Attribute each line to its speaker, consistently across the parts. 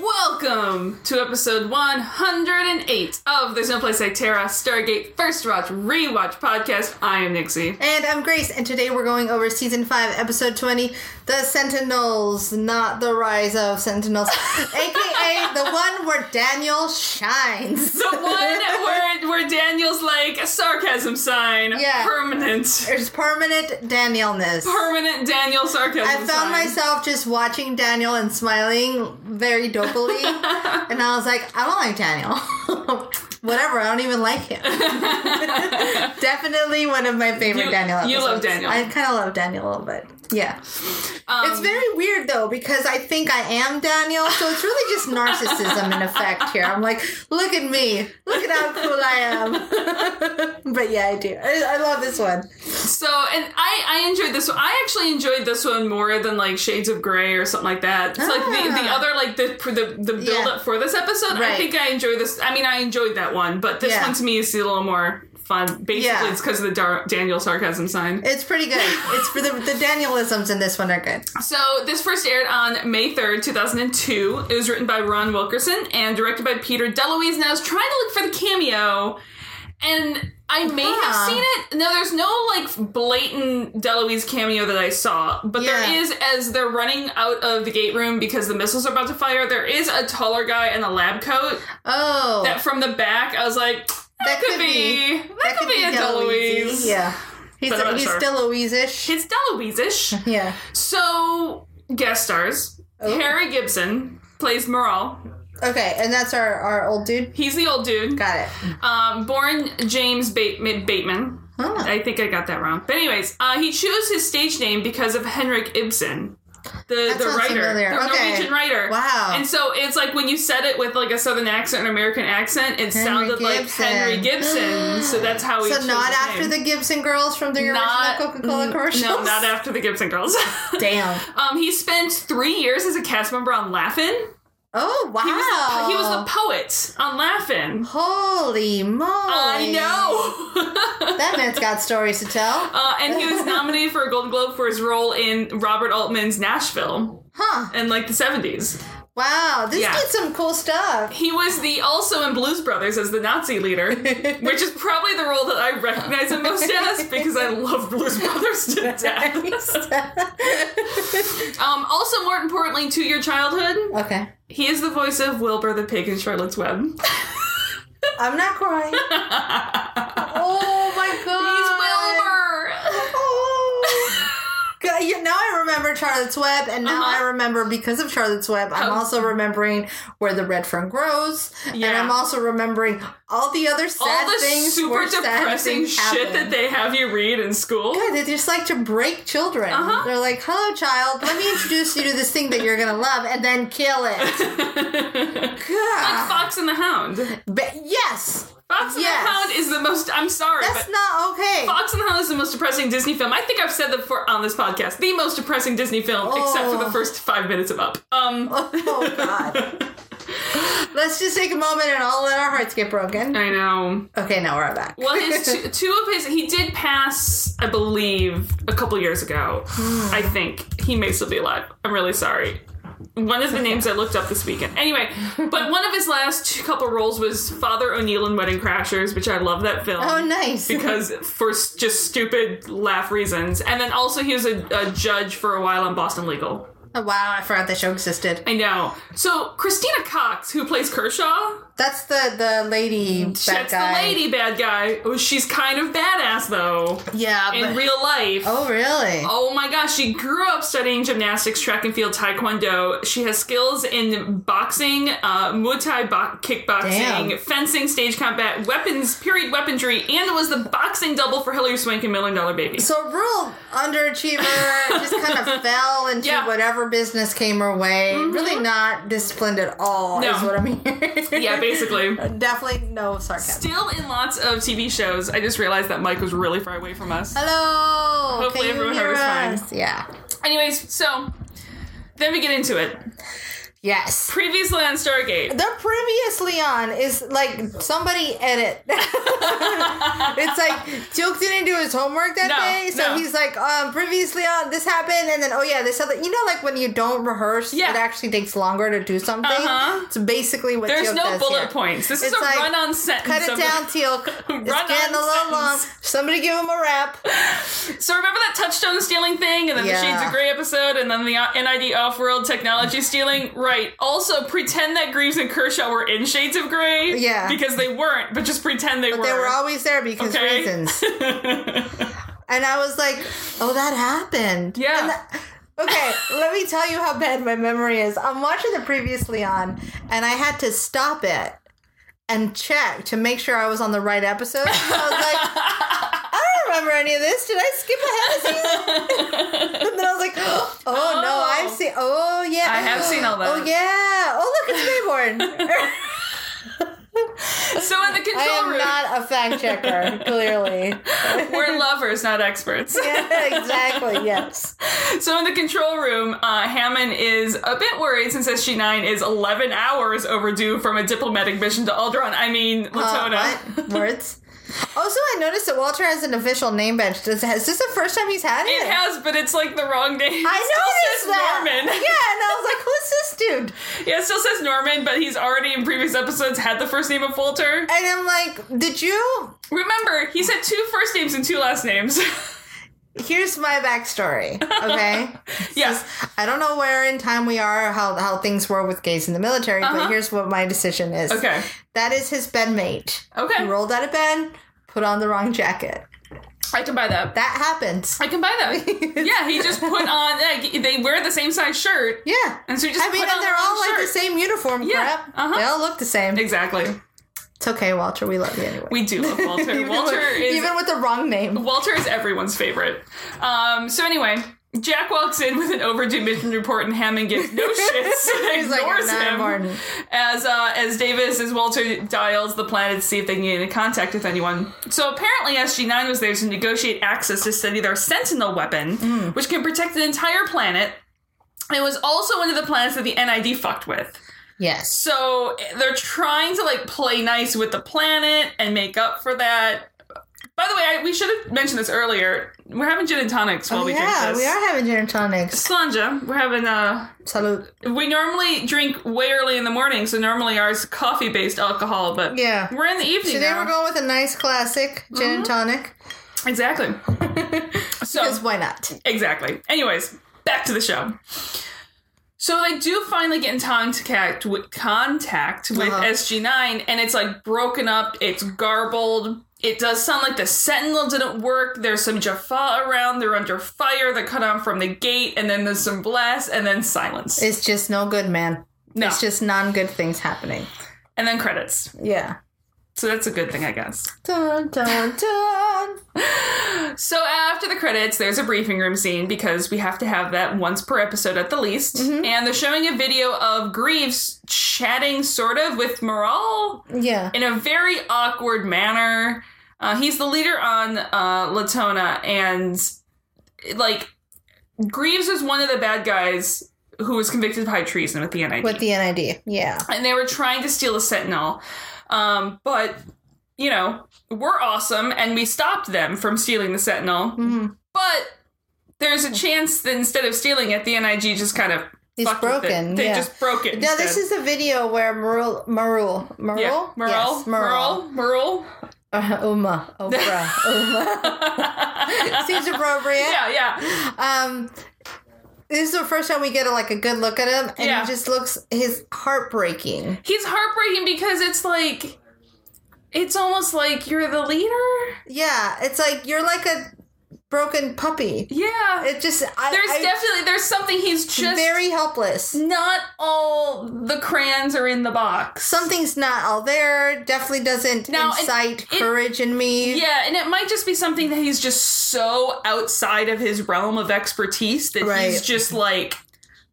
Speaker 1: Welcome to episode 108 of There's No Place Like Terra Stargate First Watch Rewatch Podcast. I am Nixie.
Speaker 2: And I'm Grace, and today we're going over season five, episode twenty, "The Sentinels," not the rise of Sentinels, aka the one where Daniel shines.
Speaker 1: The one where, where Daniel's like a sarcasm sign.
Speaker 2: Yeah.
Speaker 1: Permanent.
Speaker 2: There's permanent Danielness.
Speaker 1: Permanent Daniel sarcasm
Speaker 2: I found
Speaker 1: sign.
Speaker 2: myself just watching Daniel and smiling very dopely, and I was like, I don't like Daniel. Whatever, I don't even like him. Definitely one of my favorite
Speaker 1: You-
Speaker 2: Daniel episodes.
Speaker 1: you love Daniel.
Speaker 2: I kind of love Daniel a little bit. Yeah.
Speaker 1: Um,
Speaker 2: it's very weird though because I think I am Daniel, so it's really just narcissism in effect here. I'm like, look at me, look at how cool I am. but yeah, I do. I, I love this one.
Speaker 1: So, and I, I enjoyed this one. I actually enjoyed this one more than like Shades of Grey or something like that. It's like the, the
Speaker 2: Ah.
Speaker 1: other, like the the, the build
Speaker 2: Yeah.
Speaker 1: up for this episode. I
Speaker 2: Right.
Speaker 1: think I enjoyed this. I mean, I enjoyed that one, but this
Speaker 2: Yeah.
Speaker 1: one to me is a little more fun. Basically,
Speaker 2: Yeah.
Speaker 1: it's because of the Dar- Daniel sarcasm sign.
Speaker 2: It's pretty good. It's for the the Danielisms in this one are good.
Speaker 1: So, this first aired on May 3rd, 2002. It was written by Ron Wilkerson and directed by Peter DeLuise. And I was trying to look for the cameo, and I may
Speaker 2: Huh.
Speaker 1: have seen it. No, there's no like blatant DeLuise cameo that I saw, but
Speaker 2: Yeah.
Speaker 1: there is as they're running out of the gate room because the missiles are about to fire. There is a taller guy in a lab coat
Speaker 2: Oh,
Speaker 1: that from the back. I was like, that, could, be, that, could, be, a DeLuise.
Speaker 2: Deloise. Yeah, he's
Speaker 1: But I'm not
Speaker 2: he's
Speaker 1: sure.
Speaker 2: Deloise-ish.
Speaker 1: It's DeLuise-ish.
Speaker 2: Yeah.
Speaker 1: So, guest stars.
Speaker 2: Oh.
Speaker 1: Harry Gibson plays Moral.
Speaker 2: Okay, and that's our our old dude.
Speaker 1: He's the old dude.
Speaker 2: Got it.
Speaker 1: Um, born James Bateman. Bateman.
Speaker 2: Huh.
Speaker 1: I think I got that wrong. But anyways, uh, he chose his stage name because of Henrik Ibsen. The,
Speaker 2: That
Speaker 1: the
Speaker 2: sounds
Speaker 1: writer,
Speaker 2: familiar.
Speaker 1: the
Speaker 2: Okay.
Speaker 1: Norwegian writer.
Speaker 2: Wow.
Speaker 1: And so it's like when you said it with like a southern accent or American accent, it sounded like
Speaker 2: Gibson.
Speaker 1: Henry Gibson. so that's how he
Speaker 2: So
Speaker 1: chose
Speaker 2: not
Speaker 1: his
Speaker 2: after
Speaker 1: name.
Speaker 2: the Gibson girls from the
Speaker 1: Not-
Speaker 2: original Coca-Cola commercials.
Speaker 1: No, not after the Gibson girls.
Speaker 2: Damn.
Speaker 1: um, he spent three years as a cast member on Laugh-In.
Speaker 2: Oh wow.
Speaker 1: He was, the, he was the poet on Laugh-In.
Speaker 2: Holy moly!
Speaker 1: I know.
Speaker 2: that man's got stories to tell,
Speaker 1: Uh, and he was nominated for a Golden Globe for his role in Robert Altman's Nashville
Speaker 2: huh?
Speaker 1: in like the 70s.
Speaker 2: Wow, this
Speaker 1: Yeah.
Speaker 2: did some cool stuff.
Speaker 1: He was the also in Blues Brothers as the Nazi leader, which is probably the role that I recognize him most as because I love Blues Brothers to death. um, also, more importantly to your childhood,
Speaker 2: okay,
Speaker 1: he is the voice of Wilbur the Pig in Charlotte's Web.
Speaker 2: I'm not crying. oh my
Speaker 1: He's
Speaker 2: god,
Speaker 1: Wilbur!
Speaker 2: Oh. God, you- Now I remember Charlotte's Web, and now
Speaker 1: Uh-huh.
Speaker 2: I remember because of Charlotte's Web, I'm
Speaker 1: Oh.
Speaker 2: also remembering where the red fern grows, and
Speaker 1: Yeah.
Speaker 2: I'm also remembering all the other sad
Speaker 1: All the
Speaker 2: things.
Speaker 1: super
Speaker 2: where sad
Speaker 1: depressing
Speaker 2: things
Speaker 1: shit
Speaker 2: happen.
Speaker 1: that they have you read in school.
Speaker 2: Yeah, they just like to break children.
Speaker 1: Uh-huh.
Speaker 2: They're like, "Hello, child. Let me introduce you to this thing that you're gonna love, and then kill it."
Speaker 1: like
Speaker 2: God.
Speaker 1: Fox and the Hound.
Speaker 2: But yes,
Speaker 1: Fox and
Speaker 2: Uh, Yes.
Speaker 1: the Hound is the most. I'm sorry,
Speaker 2: that's
Speaker 1: but
Speaker 2: not okay.
Speaker 1: Fox and the Hound is the most depressing Disney film. I think I've said that before on this podcast. The most depressing Disney film, except for
Speaker 2: Oh.
Speaker 1: the first five minutes of Up. Um,
Speaker 2: Oh God. Let's just take a moment and all let our hearts get broken.
Speaker 1: I know.
Speaker 2: Okay, now we're back.
Speaker 1: Well, his two, two of his he did pass, I believe, a couple years ago.
Speaker 2: Hmm.
Speaker 1: I think he may still be alive. I'm really sorry. One of the names I looked up this weekend. Anyway, but one of his last couple roles was Father O'Neill in Wedding Crashers, which I love that film.
Speaker 2: Oh, nice.
Speaker 1: because for s- just stupid laugh reasons. And then also he was a, a judge for a while on Boston Legal.
Speaker 2: Oh, wow, I forgot that show existed.
Speaker 1: I know. So Christina Cox, who plays Kershaw,
Speaker 2: That's the the lady bad
Speaker 1: that's
Speaker 2: guy.
Speaker 1: the lady bad guy. Oh, she's kind of badass though
Speaker 2: Yeah.
Speaker 1: in
Speaker 2: but-
Speaker 1: real life.
Speaker 2: oh, really?
Speaker 1: Oh my gosh, she grew up studying gymnastics, track and field, taekwondo. She has skills in boxing, uh, Muay Thai bo- kickboxing,
Speaker 2: Damn.
Speaker 1: fencing, stage combat, weapons, period weaponry, and was the boxing double for Hillary Swank and Million Dollar Baby.
Speaker 2: So, real underachiever just kind of fell into
Speaker 1: Yeah. Mm-hmm.
Speaker 2: whatever whatever business came her way. Really not disciplined at all,
Speaker 1: No.
Speaker 2: is what I'm hearing.
Speaker 1: Yeah, basically.
Speaker 2: Definitely no sarcasm.
Speaker 1: Still in lots of TV shows. I just realized that Mike was really far away from us.
Speaker 2: Hello.
Speaker 1: Hopefully
Speaker 2: can you
Speaker 1: everyone
Speaker 2: hear
Speaker 1: heard us
Speaker 2: us? Yeah.
Speaker 1: Anyways, so then we get into it.
Speaker 2: Yes.
Speaker 1: Previously on Stargate.
Speaker 2: The previously on is like somebody edit. it's like Duke didn't do his homework that
Speaker 1: No,
Speaker 2: day, so
Speaker 1: no.
Speaker 2: he's like, um, previously on this happened, and then oh yeah, this other. You know, like when you don't rehearse,
Speaker 1: Yeah.
Speaker 2: it actually takes longer to do something.
Speaker 1: Uh-huh.
Speaker 2: It's basically what
Speaker 1: There's
Speaker 2: Teal'c
Speaker 1: no
Speaker 2: does
Speaker 1: bullet
Speaker 2: here.
Speaker 1: points. This is
Speaker 2: It's
Speaker 1: a
Speaker 2: like,
Speaker 1: run-on sentence.
Speaker 2: Cut it
Speaker 1: of-
Speaker 2: down, Teal'c. It's
Speaker 1: Run-on
Speaker 2: getting a little long.
Speaker 1: sentence.
Speaker 2: Somebody give him a rap.
Speaker 1: So remember that touchstone stealing thing, and then the
Speaker 2: Yeah.
Speaker 1: Shades of Grey episode, and then the uh, NID off-world technology stealing. Right. Also, pretend that Greaves and Kershaw were in Shades of Grey.
Speaker 2: Yeah.
Speaker 1: Because they weren't, but just pretend they were.
Speaker 2: They were always there because
Speaker 1: Okay.
Speaker 2: reasons. and I was like, oh, that happened.
Speaker 1: Yeah.
Speaker 2: And tha- okay, let me tell you how bad my memory is. I'm watching the previously on, and I had to stop it and check to make sure I was on the right episode. I was like, I don't remember any of this. Did I skip ahead of you? and then I was like, oh,
Speaker 1: Oh.
Speaker 2: no, I've seen. Oh, yeah.
Speaker 1: I have seen all
Speaker 2: Oh,
Speaker 1: that.
Speaker 2: yeah. Oh, look, it's Mayborn.
Speaker 1: So in the
Speaker 2: I
Speaker 1: control
Speaker 2: am
Speaker 1: room,
Speaker 2: not a fact checker, clearly.
Speaker 1: we're lovers, not experts.
Speaker 2: Yeah, exactly. Yes.
Speaker 1: So in the control room, uh, Hammond is a bit worried since SG9 is 11 hours overdue from a diplomatic mission to Alderaan. I mean, Latona.
Speaker 2: Uh, what? Words. Also, I noticed that Walter has an official name badge. Does is this the first time he's had it?
Speaker 1: it has, but it's like the wrong name.
Speaker 2: I
Speaker 1: It still
Speaker 2: noticed
Speaker 1: says
Speaker 2: that.
Speaker 1: Norman.
Speaker 2: Yeah, and I was like, who's this dude?
Speaker 1: Yeah, it still says Norman, but he's already in previous episodes had the first name of Walter.
Speaker 2: And I'm like, did you?
Speaker 1: Remember, he's had two first names and two last names.
Speaker 2: Here's my backstory. Okay.
Speaker 1: yes.
Speaker 2: I don't know where in time we are, or how how things were with gays in the military,
Speaker 1: Uh-huh.
Speaker 2: but here's what my decision is.
Speaker 1: Okay.
Speaker 2: That is his bedmate.
Speaker 1: Okay.
Speaker 2: He rolled out of bed, put on the wrong jacket.
Speaker 1: I can buy that.
Speaker 2: That happens.
Speaker 1: I can buy that. yeah, he just put on, like, they wear the same size shirt.
Speaker 2: Yeah.
Speaker 1: And so you just
Speaker 2: I mean,
Speaker 1: put on
Speaker 2: and
Speaker 1: the
Speaker 2: they're
Speaker 1: wrong
Speaker 2: all like the
Speaker 1: shirt.
Speaker 2: same uniform
Speaker 1: Yeah,
Speaker 2: crap.
Speaker 1: uh-huh.
Speaker 2: They all look the same.
Speaker 1: Exactly.
Speaker 2: It's okay, Walter. We love you anyway.
Speaker 1: We do love Walter. Walter
Speaker 2: with,
Speaker 1: is
Speaker 2: even with the wrong name.
Speaker 1: Walter is everyone's favorite. Um, so anyway, Jack walks in with an overdue mission report, and Hammond gives no shits.
Speaker 2: He's
Speaker 1: and
Speaker 2: like,
Speaker 1: ignores
Speaker 2: "Not
Speaker 1: him
Speaker 2: important."
Speaker 1: as uh, as Davis as Walter dials the planet to see if they can get in contact with anyone. So apparently, SG Nine was there to negotiate access to study their Sentinel weapon,
Speaker 2: Mm.
Speaker 1: which can protect an entire planet. It was also one of the planets that the NID fucked with.
Speaker 2: Yes.
Speaker 1: So they're trying to like play nice with the planet and make up for that. By the way, I, we should have mentioned this earlier. We're having gin and tonics while we
Speaker 2: Oh, yeah,
Speaker 1: drink this.
Speaker 2: we are having gin and tonics.
Speaker 1: Slanja, we're having uh
Speaker 2: Salute.
Speaker 1: we normally drink way early in the morning, so normally ours coffee based alcohol, but
Speaker 2: Yeah.
Speaker 1: we're in the evening.
Speaker 2: Today
Speaker 1: now.
Speaker 2: we're going with a nice classic gin
Speaker 1: Mm-hmm.
Speaker 2: and tonic.
Speaker 1: exactly. so
Speaker 2: Because why not?
Speaker 1: Exactly. Anyways, back to the show. So they do finally get in contact with contact with
Speaker 2: Uh-huh.
Speaker 1: SG9, and it's like broken up. It's garbled. It does sound like the Sentinel didn't work. There's some Jaffa around. They're under fire. They're cut off from the gate, and then there's some blasts, and then silence.
Speaker 2: It's just no good, man.
Speaker 1: no,
Speaker 2: It's just non good things happening.
Speaker 1: and then credits.
Speaker 2: Yeah.
Speaker 1: So that's a good thing, I guess.
Speaker 2: Dun, dun, dun.
Speaker 1: So after the credits, there's a briefing room scene because we have to have that once per episode at the least.
Speaker 2: Mm-hmm.
Speaker 1: And they're showing a video of Greaves chatting sort of with Moral
Speaker 2: Yeah.
Speaker 1: in a very awkward manner. Uh, he's the leader on uh, Latona, and like Greaves was one of the bad guys who was convicted of high treason with the NID
Speaker 2: With the NID. Yeah.
Speaker 1: and they were trying to steal a sentinel um, but you know we're awesome and we stopped them from stealing the sentinel
Speaker 2: Mhm.
Speaker 1: but there's a chance that instead of stealing it the nig just kind of
Speaker 2: He's
Speaker 1: fucked with it.
Speaker 2: broken,
Speaker 1: they
Speaker 2: yeah.
Speaker 1: just broke it
Speaker 2: Now, this
Speaker 1: instead.
Speaker 2: is a video where Marul, Marul, Marul,
Speaker 1: yeah, Merle,
Speaker 2: Yes, Marul.
Speaker 1: Merle, Merle.
Speaker 2: Uh, Uma, Oprah, Uma. Seems appropriate.
Speaker 1: Yeah, yeah.
Speaker 2: Um, this is the first time we get a, like a good look at him, and
Speaker 1: Yeah.
Speaker 2: he just looks his heartbreaking.
Speaker 1: He's heartbreaking because it's like, it's almost like you're the leader.
Speaker 2: Yeah, it's like you're like a broken puppy.
Speaker 1: Yeah.
Speaker 2: It just I,
Speaker 1: there's
Speaker 2: I-
Speaker 1: definitely there's something he's just
Speaker 2: very helpless.
Speaker 1: not all the crayons are in the box.
Speaker 2: Something's not all there. Definitely doesn't
Speaker 1: Now, it-
Speaker 2: incite
Speaker 1: it-
Speaker 2: courage in me.
Speaker 1: Yeah, and it might just be something that he's just so outside of his realm of expertise that
Speaker 2: Right.
Speaker 1: he's just like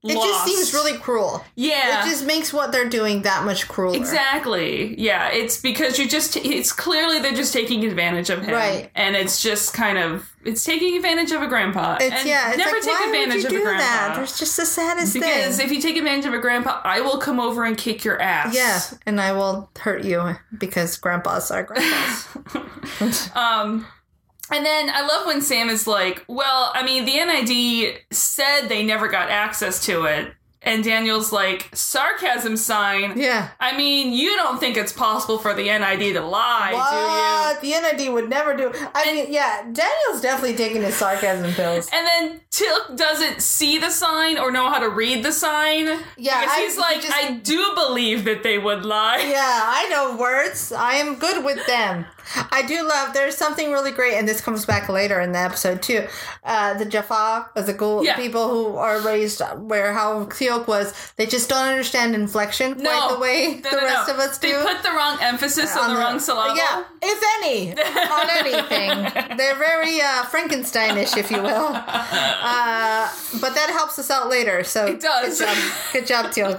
Speaker 2: It just seems really cruel.
Speaker 1: yeah.
Speaker 2: It just makes what they're doing that much crueler.
Speaker 1: Exactly. Yeah, it's because you're just it's clearly they're just taking advantage of him.
Speaker 2: Right.
Speaker 1: And it's just kind of it's taking advantage of a grandpa.
Speaker 2: It's
Speaker 1: and
Speaker 2: yeah. It's
Speaker 1: never
Speaker 2: like,
Speaker 1: take
Speaker 2: why
Speaker 1: advantage
Speaker 2: would you
Speaker 1: of
Speaker 2: do
Speaker 1: a grandpa.
Speaker 2: that? There's just the saddest
Speaker 1: because
Speaker 2: thing.
Speaker 1: if you take advantage of a grandpa, I will come over and kick your ass.
Speaker 2: yeah, and I will hurt you because grandpas are grandpas.
Speaker 1: Um, and then I love when Sam is like, well, I mean, the NID said they never got access to it. And Daniel's like, sarcasm sign.
Speaker 2: yeah.
Speaker 1: I mean, you don't think it's possible for the NID to lie, do you?
Speaker 2: What? The NID would never do. I mean, yeah, Daniel's definitely taking his sarcasm pills.
Speaker 1: And then Tilk doesn't see the sign or know how to read the sign.
Speaker 2: Yeah,
Speaker 1: Because
Speaker 2: I-
Speaker 1: he's
Speaker 2: he
Speaker 1: like,
Speaker 2: just-
Speaker 1: I do believe that they would lie.
Speaker 2: Yeah, I know words. I am good with them. I do love. There's something really great, and this comes back later in the episode too. Uh, the Jaffa, or the ghoul,
Speaker 1: Yeah.
Speaker 2: people who are raised where how Teok was, they just don't understand inflection quite the way
Speaker 1: No,
Speaker 2: the
Speaker 1: no, no.
Speaker 2: rest of us do.
Speaker 1: They put the wrong emphasis on, the, wrong syllable.
Speaker 2: Yeah, if any, on anything. They're very uh, Frankensteinish, if you will. Uh, but that helps us out later. So it
Speaker 1: does.
Speaker 2: Good job, good job Teal.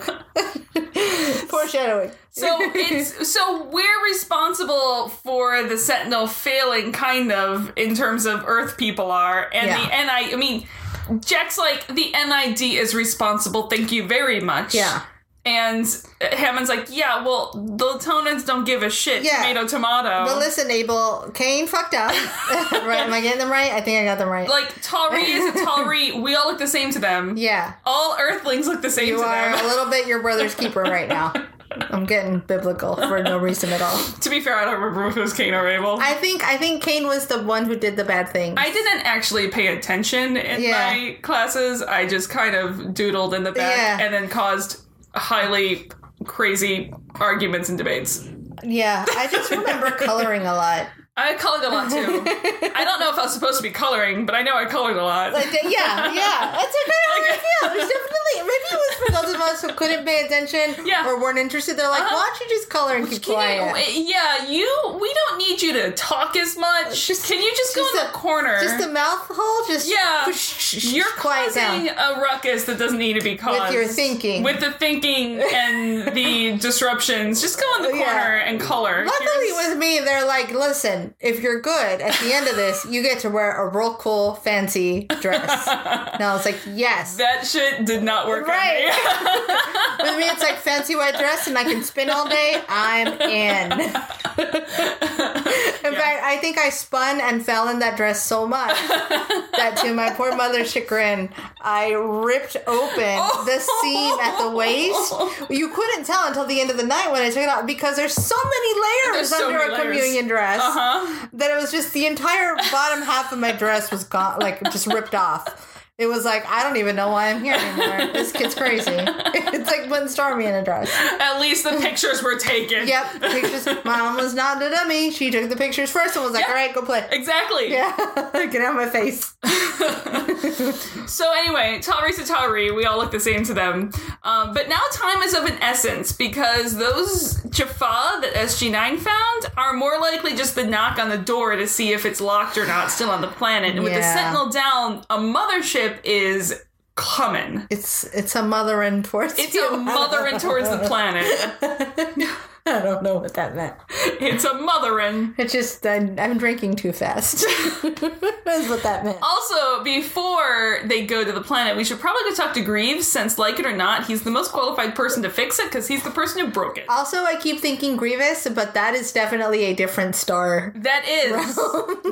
Speaker 2: Foreshadowing.
Speaker 1: So it's so we're responsible for the Sentinel failing, kind of in terms of Earth people are, and
Speaker 2: Yeah.
Speaker 1: the NI. I mean, Jack's like the NID is responsible. Thank you very much.
Speaker 2: Yeah.
Speaker 1: And Hammond's like, yeah, well, the Tonans don't give a shit.
Speaker 2: Yeah.
Speaker 1: Tomato, tomato.
Speaker 2: But listen, Abel, Kane fucked up. right? Am I getting them right? I think I got them right.
Speaker 1: like Talri is a Talri. we all look the same to them.
Speaker 2: yeah.
Speaker 1: All Earthlings look the same
Speaker 2: You
Speaker 1: to
Speaker 2: are a
Speaker 1: them.
Speaker 2: little bit your brother's keeper right now. I'm getting biblical for no reason at all.
Speaker 1: to be fair, I don't remember if it was Cain or Abel.
Speaker 2: I think I think Kane was the one who did the bad thing.
Speaker 1: I didn't actually pay attention in
Speaker 2: Yeah.
Speaker 1: my classes. I just kind of doodled in the back
Speaker 2: Yeah.
Speaker 1: and then caused highly crazy arguments and debates.
Speaker 2: yeah, I just remember coloring a lot.
Speaker 1: I colored a lot too. I don't know if I was supposed to be coloring, but I know I colored a lot.
Speaker 2: Like, yeah, yeah. That's okay. How I
Speaker 1: Okay.
Speaker 2: feel. There's definitely maybe it was for those of us who couldn't pay attention
Speaker 1: Yeah.
Speaker 2: or weren't interested. They're like,
Speaker 1: Uh-huh.
Speaker 2: why don't you just color and keep
Speaker 1: Can
Speaker 2: quiet?
Speaker 1: you, yeah, you. We don't need you to talk as much.
Speaker 2: Just-
Speaker 1: Can you just,
Speaker 2: just
Speaker 1: go in
Speaker 2: a-
Speaker 1: the corner?
Speaker 2: just the mouth hole. Just
Speaker 1: Yeah.
Speaker 2: You're
Speaker 1: You're
Speaker 2: quiet
Speaker 1: causing
Speaker 2: down
Speaker 1: a ruckus that doesn't need to be caused.
Speaker 2: with your thinking.
Speaker 1: With the thinking and the disruptions, just go in the corner
Speaker 2: Oh, Yeah.
Speaker 1: and color.
Speaker 2: Luckily,
Speaker 1: Here's-
Speaker 2: with me, they're like, listen, if you're good at the end of this, you get to wear a real cool, fancy dress. and I was like, yes.
Speaker 1: that shit did not work
Speaker 2: Right.
Speaker 1: on me.
Speaker 2: with me, it's like fancy white dress and I can spin all day. I'm in. in fact, I think I spun and fell in that dress so much that to my poor mother's chagrin, I ripped open the seam at the waist. You couldn't tell until the end of the night when I took it out because there's so many layers
Speaker 1: There's so many
Speaker 2: under a
Speaker 1: layers. Uh-huh.
Speaker 2: communion dress
Speaker 1: Huh?
Speaker 2: that it was just the entire bottom half of my dress was gone, like just ripped off. It was like I don't even know why I'm here anymore. This kid's crazy. It's like putting Stormy in a dress.
Speaker 1: At least the pictures were taken.
Speaker 2: Yep, pictures. Mom was not a dummy. She took the pictures first and was like, "All right, go play."
Speaker 1: Exactly.
Speaker 2: Yeah, get out of my face.
Speaker 1: So anyway, Tari to Tari, we all look the same to them. Um, but now time is of an essence because those Jaffa that SG9 found are more likely just the knock on the door to see if it's locked or not still on the planet. And with the
Speaker 2: Yeah.
Speaker 1: Sentinel down, a mothership is coming.
Speaker 2: It's it's a mothering towards
Speaker 1: It's
Speaker 2: you.
Speaker 1: a mothering towards the planet.
Speaker 2: I don't know what that meant.
Speaker 1: It's a mothering.
Speaker 2: It's just I'm, I'm drinking too fast. That's what that meant.
Speaker 1: Also, before they go to the planet, we should probably go talk to Greaves since, like it or not, he's the most qualified person to fix it because he's the person who broke it.
Speaker 2: Also, I keep thinking Grievous, but that is definitely a different star.
Speaker 1: That is.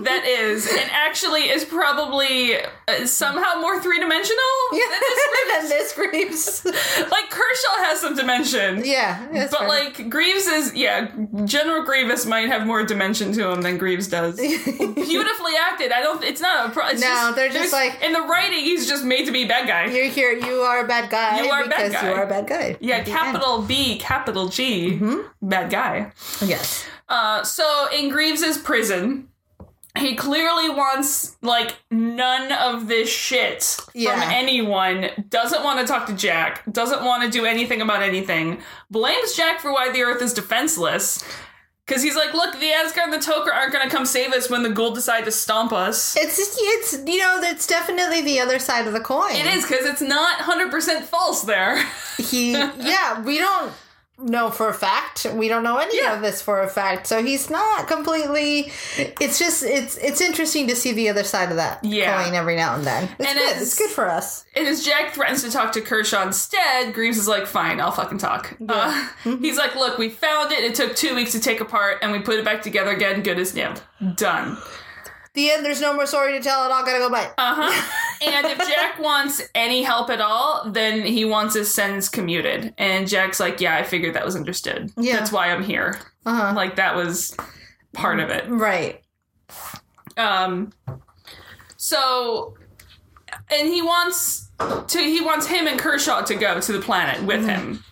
Speaker 1: that is. And actually is probably uh, somehow more three dimensional than this.
Speaker 2: Oh, than this Grievous.
Speaker 1: Like, Kershaw has some dimension.
Speaker 2: yeah, that's
Speaker 1: But
Speaker 2: fair.
Speaker 1: like Greaves is yeah, General Grievous might have more dimension to him than Greaves does. Beautifully acted. I don't. It's not a. Pro, it's
Speaker 2: No, they're
Speaker 1: there's-
Speaker 2: just like-
Speaker 1: in the writing. He's just made to be bad guy.
Speaker 2: you're here, you are a bad guy.
Speaker 1: You are a bad
Speaker 2: because
Speaker 1: guy.
Speaker 2: you are a bad guy.
Speaker 1: Yeah,
Speaker 2: At the end. Mm-hmm.
Speaker 1: capital B, capital G, bad guy.
Speaker 2: Yes.
Speaker 1: Uh, so in Greaves's prison, he clearly wants like none of this shit
Speaker 2: Yeah.
Speaker 1: from anyone. Doesn't want to talk to Jack. Doesn't want to do anything about anything. Blames Jack for why the Earth is defenseless. Because he's like, look, the Asgard and the Toker aren't going to come save us when the Ghoul decide to stomp us.
Speaker 2: It's just, it's you know that's definitely the other side of the coin.
Speaker 1: It is because it's not hundred percent false there.
Speaker 2: he yeah we don't know for a fact we don't know any
Speaker 1: Yeah.
Speaker 2: of this for a fact so he's not completely it's just it's it's interesting to see the other side of that
Speaker 1: Yeah.
Speaker 2: coin every now and then it's
Speaker 1: And
Speaker 2: good
Speaker 1: it's-
Speaker 2: it's, good for us
Speaker 1: and as Jack threatens to talk to Kershaw instead, Greaves is like, fine, I'll fucking talk. Uh, He's like, look, we found it. It took two weeks to take apart, and we put it back together again, good as new. Done.
Speaker 2: the end there's no more story to tell it all gotta go by
Speaker 1: Uh huh. and if Jack wants any help at all, then he wants his sentence commuted. And Jack's like, yeah, I figured that was understood.
Speaker 2: Yeah.
Speaker 1: That's why I'm here.
Speaker 2: uh-huh
Speaker 1: Like, that was part of it.
Speaker 2: right
Speaker 1: Um, so, and he wants to he wants him and Kershaw to go to the planet with
Speaker 2: Mm-hmm.
Speaker 1: him,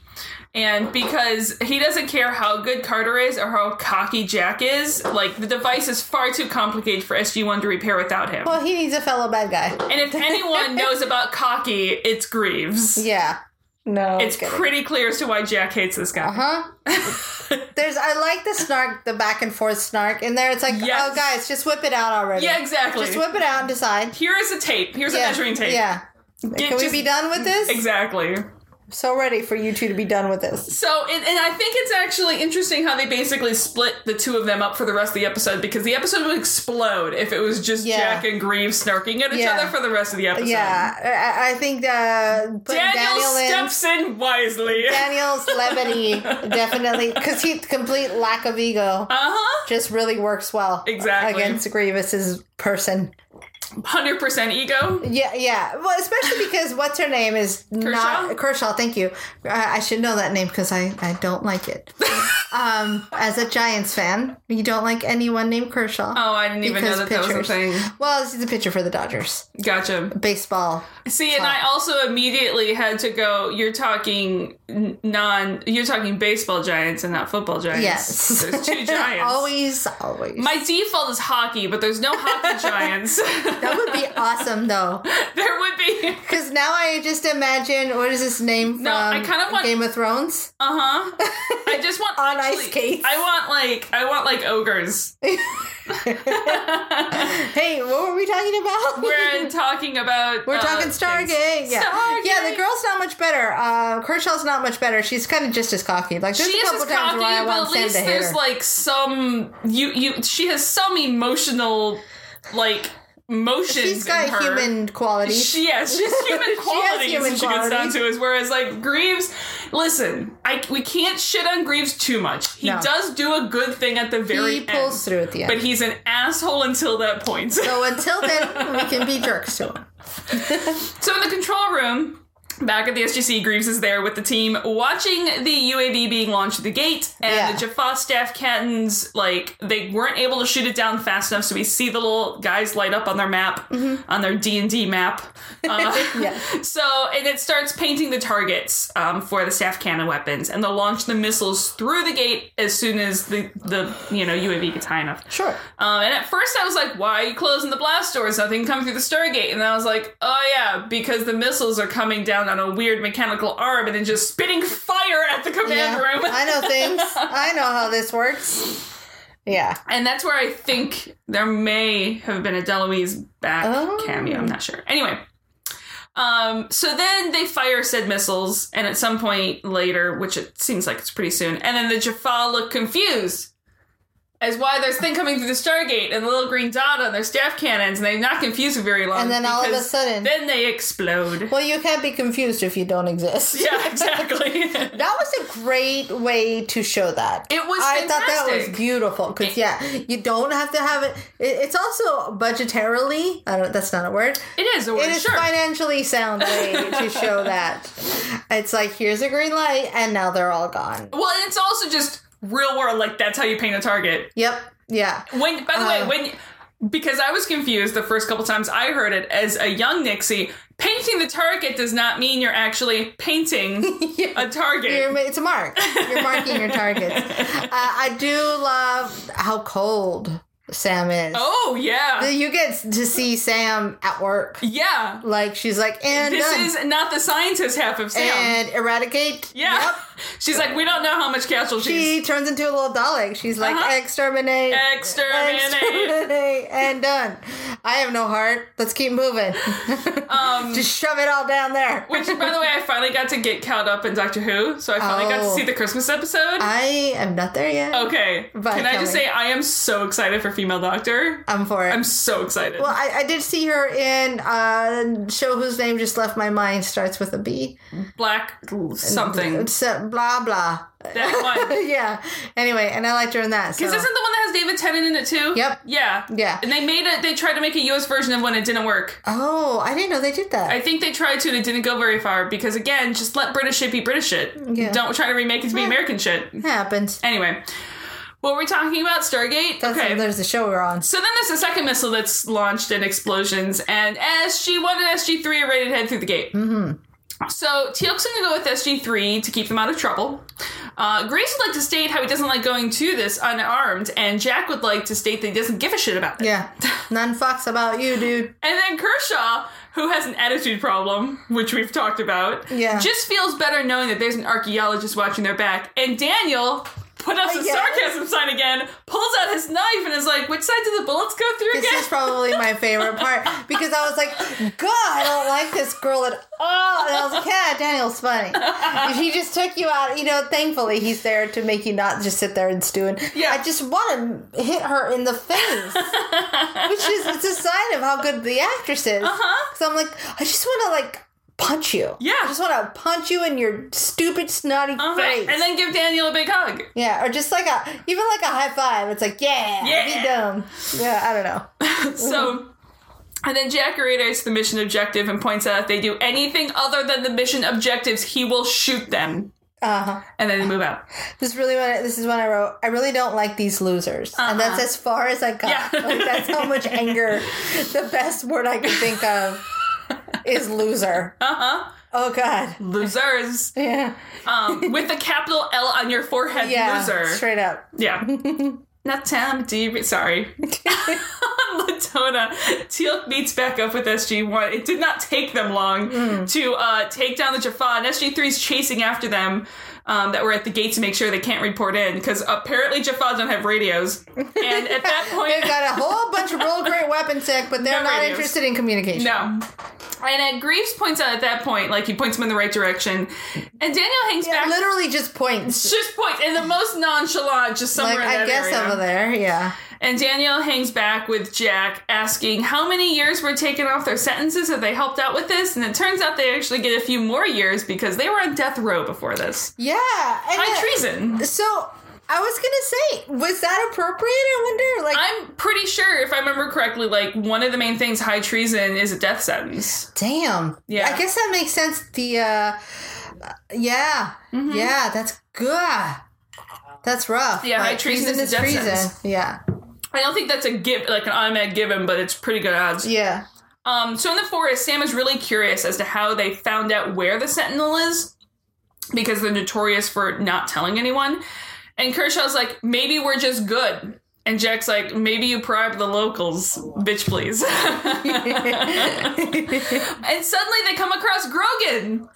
Speaker 1: and because he doesn't care how good Carter is or how cocky Jack is, like the device is far too complicated for SG One to repair without him.
Speaker 2: well he needs a fellow bad guy
Speaker 1: and if anyone knows about cocky, it's Greaves.
Speaker 2: yeah no
Speaker 1: It's
Speaker 2: kidding.
Speaker 1: pretty clear as to why Jack hates this guy.
Speaker 2: Uh-huh. Huh? Uh-huh. There's I like the snark, the back and forth snark in there. It's like,
Speaker 1: Yes.
Speaker 2: oh guys, just whip it out already.
Speaker 1: Yeah, exactly.
Speaker 2: Just whip it out and decide.
Speaker 1: Here is a tape. Here's a
Speaker 2: yeah.
Speaker 1: measuring tape.
Speaker 2: Yeah.
Speaker 1: Get-
Speaker 2: Can we
Speaker 1: just-
Speaker 2: be done with this?
Speaker 1: Exactly.
Speaker 2: So ready for you two to be done with this.
Speaker 1: So, and, and I think it's actually interesting how they basically split the two of them up for the rest of the episode because the episode would explode if it was just
Speaker 2: Yeah.
Speaker 1: Jack and Greaves snarking at each
Speaker 2: Yeah.
Speaker 1: other for the rest of the episode.
Speaker 2: Yeah, I, I- I think uh, putting
Speaker 1: Daniel,
Speaker 2: Daniel in.
Speaker 1: steps in wisely.
Speaker 2: Daniel's levity definitely because he complete lack of ego
Speaker 1: uh huh.
Speaker 2: just really works well
Speaker 1: Exactly.
Speaker 2: against Grievous's person.
Speaker 1: 100% ego.
Speaker 2: Yeah, yeah. Well, especially because what's her name is not Kershaw. Thank you. Uh, I, I should know that name because I, I don't like it. um, as a Giants fan, you don't like anyone named Kershaw.
Speaker 1: Oh, I didn't even know that that was a thing.
Speaker 2: Well, she's a pitcher for the Dodgers
Speaker 1: Gotcha.
Speaker 2: baseball.
Speaker 1: See, and I also immediately had to go, you're talking n- non, you're talking baseball giants and not football giants.
Speaker 2: Yes,
Speaker 1: There's two giants.
Speaker 2: always, always.
Speaker 1: My default is hockey, but there's no hockey giants.
Speaker 2: that would be awesome though,
Speaker 1: there would be.
Speaker 2: because now I just imagine what is his name from
Speaker 1: I kinda want-
Speaker 2: Game of Thrones?
Speaker 1: Uh huh. I just want
Speaker 2: On ice
Speaker 1: actually-
Speaker 2: skates.
Speaker 1: I want like I want like ogres.
Speaker 2: Hey, what were we talking about?
Speaker 1: We're talking about.
Speaker 2: We're
Speaker 1: uh,
Speaker 2: talking
Speaker 1: things.
Speaker 2: Stargate. Yeah.
Speaker 1: Stargate.
Speaker 2: Yeah, the girl's not much better. Uh, Kershaw's not much better. She's kind of just as cocky. Like, there's
Speaker 1: She
Speaker 2: a
Speaker 1: is
Speaker 2: couple
Speaker 1: as
Speaker 2: times
Speaker 1: cocky,
Speaker 2: where I
Speaker 1: but
Speaker 2: want
Speaker 1: at
Speaker 2: Sam
Speaker 1: least
Speaker 2: to hate
Speaker 1: there's
Speaker 2: her.
Speaker 1: like some you you. She has some emotional like motion.
Speaker 2: She's got
Speaker 1: in her.
Speaker 2: human qualities.
Speaker 1: She, yeah, she's human qualities.
Speaker 2: human
Speaker 1: she gets down
Speaker 2: qualities.
Speaker 1: to is whereas like Greaves, listen, I we can't shit on Greaves too much. He
Speaker 2: No.
Speaker 1: does do a good thing at the very
Speaker 2: he pulls
Speaker 1: end,
Speaker 2: through at the end.
Speaker 1: but he's an asshole until that point.
Speaker 2: so until then, we can be jerks to him.
Speaker 1: So in the control room, back at the SGC, Greaves is there with the team watching the UAV being launched at the gate, and
Speaker 2: Yeah.
Speaker 1: the Jaffa staff cannons like they weren't able to shoot it down fast enough, so we see the little guys light up on their map, on their D and D map. Uh,
Speaker 2: Yeah.
Speaker 1: So and it starts painting the targets um, for the staff cannon weapons, and they'll launch the missiles through the gate as soon as the the you know UAV gets high enough.
Speaker 2: Sure.
Speaker 1: Um, and at first I was like, why are you closing the blast doors? Nothing can come through the Stargate. And then I was like, oh yeah, because the missiles are coming down on a weird mechanical arm and then just spitting fire at the command
Speaker 2: Yeah.
Speaker 1: room.
Speaker 2: I know things. I know how this works. Yeah.
Speaker 1: and that's where I think there may have been a Deloise back
Speaker 2: Oh.
Speaker 1: cameo. I'm not sure. Anyway. Um, so then they fire said missiles, and at some point later, which it seems like it's pretty soon, and then the Jaffa look confused as why there's thing coming through the Stargate and the little green dot on their staff cannons, and they're not confused for very long.
Speaker 2: And then all of a
Speaker 1: because
Speaker 2: sudden-
Speaker 1: then they explode.
Speaker 2: Well, you can't be confused if you don't exist.
Speaker 1: yeah, exactly.
Speaker 2: That was a great way to show that.
Speaker 1: It was
Speaker 2: I thought that
Speaker 1: fantastic.
Speaker 2: was beautiful because yeah, you don't have to have it. it it's also budgetarily. I don't. That's not a word.
Speaker 1: it is a word,
Speaker 2: It is
Speaker 1: sure.
Speaker 2: financially sound way to show that. It's like here's a green light, and now they're all gone.
Speaker 1: well, and it's also just real world, like that's how you paint a target.
Speaker 2: Yep. Yeah.
Speaker 1: When, by the
Speaker 2: Uh.
Speaker 1: way, when because I was confused the first couple times I heard it as a young Nixie, painting the target does not mean you're actually painting a target.
Speaker 2: You're, it's a mark. You're marking your targets. Uh, I do love how cold Sam is.
Speaker 1: Oh yeah,
Speaker 2: You get to see Sam at work.
Speaker 1: yeah.
Speaker 2: Like she's like, and
Speaker 1: This
Speaker 2: done.
Speaker 1: is not the scientist half of Sam.
Speaker 2: and eradicate.
Speaker 1: Yeah. She's like, we don't know how much castle she's.
Speaker 2: She turns into a little Dalek. She's like,
Speaker 1: Uh-huh.
Speaker 2: exterminate.
Speaker 1: Exterminate.
Speaker 2: Exterminate. And done. I have no heart. Let's keep moving.
Speaker 1: Um,
Speaker 2: Just shove it all down there.
Speaker 1: Which, by the way, I finally got to get caught up in Doctor Who, so I finally got to
Speaker 2: Oh.
Speaker 1: see the Christmas episode.
Speaker 2: I am not there yet.
Speaker 1: okay,
Speaker 2: But
Speaker 1: can I just
Speaker 2: Kelly.
Speaker 1: say I am so excited for Female Doctor?
Speaker 2: I'm for it.
Speaker 1: I'm so excited.
Speaker 2: well, I, I did see her in uh show whose name just left my mind. Starts with a B.
Speaker 1: Black something.
Speaker 2: It's uh, blah blah.
Speaker 1: That one.
Speaker 2: yeah. Anyway, and I liked her in that. So.
Speaker 1: Is this isn't the one that has David Tennant in it too?
Speaker 2: Yep.
Speaker 1: Yeah.
Speaker 2: Yeah.
Speaker 1: And they made it. They tried to make a U.S. version of one. It didn't work.
Speaker 2: oh, I didn't know they did that.
Speaker 1: I think they tried to, and it didn't go very far because again, just let British shit be British shit.
Speaker 2: Yeah.
Speaker 1: Don't try to remake it to be American shit.
Speaker 2: happens.
Speaker 1: Anyway, what we're talking about, Stargate.
Speaker 2: That's
Speaker 1: okay.
Speaker 2: there's the show we're on.
Speaker 1: So then there's a second missile that's launched and explosions, and SG1 and SG3 are ready to head through the gate. Mm-hmm. So Teal'c's going to go with SG3 to keep them out of trouble. Uh, Grace would like to state how he doesn't like going to this unarmed, and Jack would like to state that he doesn't give a shit about it.
Speaker 2: Yeah. None fucks about you, dude.
Speaker 1: And then Kershaw, who has an attitude problem, which we've talked about,
Speaker 2: Yeah.
Speaker 1: just feels better knowing that there's an archaeologist watching their back. And Daniel, put up some
Speaker 2: Yes.
Speaker 1: sarcasm sign again, pulls out his knife and is like, which side do the bullets go through
Speaker 2: This
Speaker 1: again?
Speaker 2: is probably my favorite part because I was like, God, I don't like this girl at all. And I was like, yeah, Daniel's funny. If he just took you out, you know, thankfully he's there to make you not just sit there and stew. And
Speaker 1: Yeah.
Speaker 2: I just want to hit her in the face, which is it's a sign of how good the actress is.
Speaker 1: Uh-huh.
Speaker 2: So I'm like, I just want to like punch you.
Speaker 1: Yeah.
Speaker 2: I just want to punch you in your stupid, snotty
Speaker 1: Uh-huh.
Speaker 2: face.
Speaker 1: And then give Daniel a big hug.
Speaker 2: yeah, or just like a, even like a high five. It's like, yeah,
Speaker 1: Yeah.
Speaker 2: be dumb. Yeah, I don't know.
Speaker 1: So, and then Jack reiterates the mission objective and points out if they do anything other than the mission objectives, he will shoot them.
Speaker 2: Uh-huh.
Speaker 1: And then they move out.
Speaker 2: This really what I- this is what I wrote. I really don't like these losers, and that's as far as I got.
Speaker 1: Uh-uh. Yeah.
Speaker 2: Like that's how much anger. The best word I could think of is loser.
Speaker 1: Uh huh.
Speaker 2: Oh God.
Speaker 1: Losers.
Speaker 2: Yeah.
Speaker 1: Um, with a capital L on your forehead,
Speaker 2: Yeah.
Speaker 1: loser.
Speaker 2: Straight up.
Speaker 1: Yeah. Not Tam D. Sorry. Latona. Teal meets back up with SG1. It did not take them long
Speaker 2: Hmm.
Speaker 1: to uh, take down the Jaffa, and SG3 is chasing after them. Um, that were at the gate to make sure they can't report in because apparently Jaffa don't have radios. And at that
Speaker 2: They've
Speaker 1: point,
Speaker 2: got a whole bunch of real great weapon tech, but they're
Speaker 1: No
Speaker 2: not
Speaker 1: radios.
Speaker 2: interested in communication.
Speaker 1: no. And uh, Greaves points out at that point, like he points him in the right direction. And Daniel hangs
Speaker 2: Yeah,
Speaker 1: back.
Speaker 2: literally just points.
Speaker 1: Just points in the most nonchalant, just somewhere
Speaker 2: Like
Speaker 1: in that
Speaker 2: I guess
Speaker 1: area.
Speaker 2: over there. Yeah.
Speaker 1: And Danielle hangs back with Jack, asking how many years were taken off their sentences if they helped out with this. And it turns out they actually get a few more years because they were on death row before this.
Speaker 2: Yeah. And
Speaker 1: High
Speaker 2: it-
Speaker 1: treason.
Speaker 2: So I was gonna say, was that appropriate? I wonder. Like,
Speaker 1: I'm pretty sure, if I remember correctly, like one of the main things high treason is a death sentence.
Speaker 2: Damn.
Speaker 1: Yeah.
Speaker 2: I guess that makes sense. The uh yeah.
Speaker 1: Mm-hmm.
Speaker 2: Yeah, that's good. That's rough.
Speaker 1: Yeah, high treason is a death sentence.
Speaker 2: Yeah.
Speaker 1: I don't think that's a give, like an automatic given, but it's pretty good odds.
Speaker 2: Yeah.
Speaker 1: Um, so in the forest, Sam is really curious as to how they found out where the Sentinel is because they're notorious for not telling anyone. And Kershaw's like, maybe we're just good. And Jack's like, maybe you bribe the locals, bitch, please. and suddenly they come across Grogan.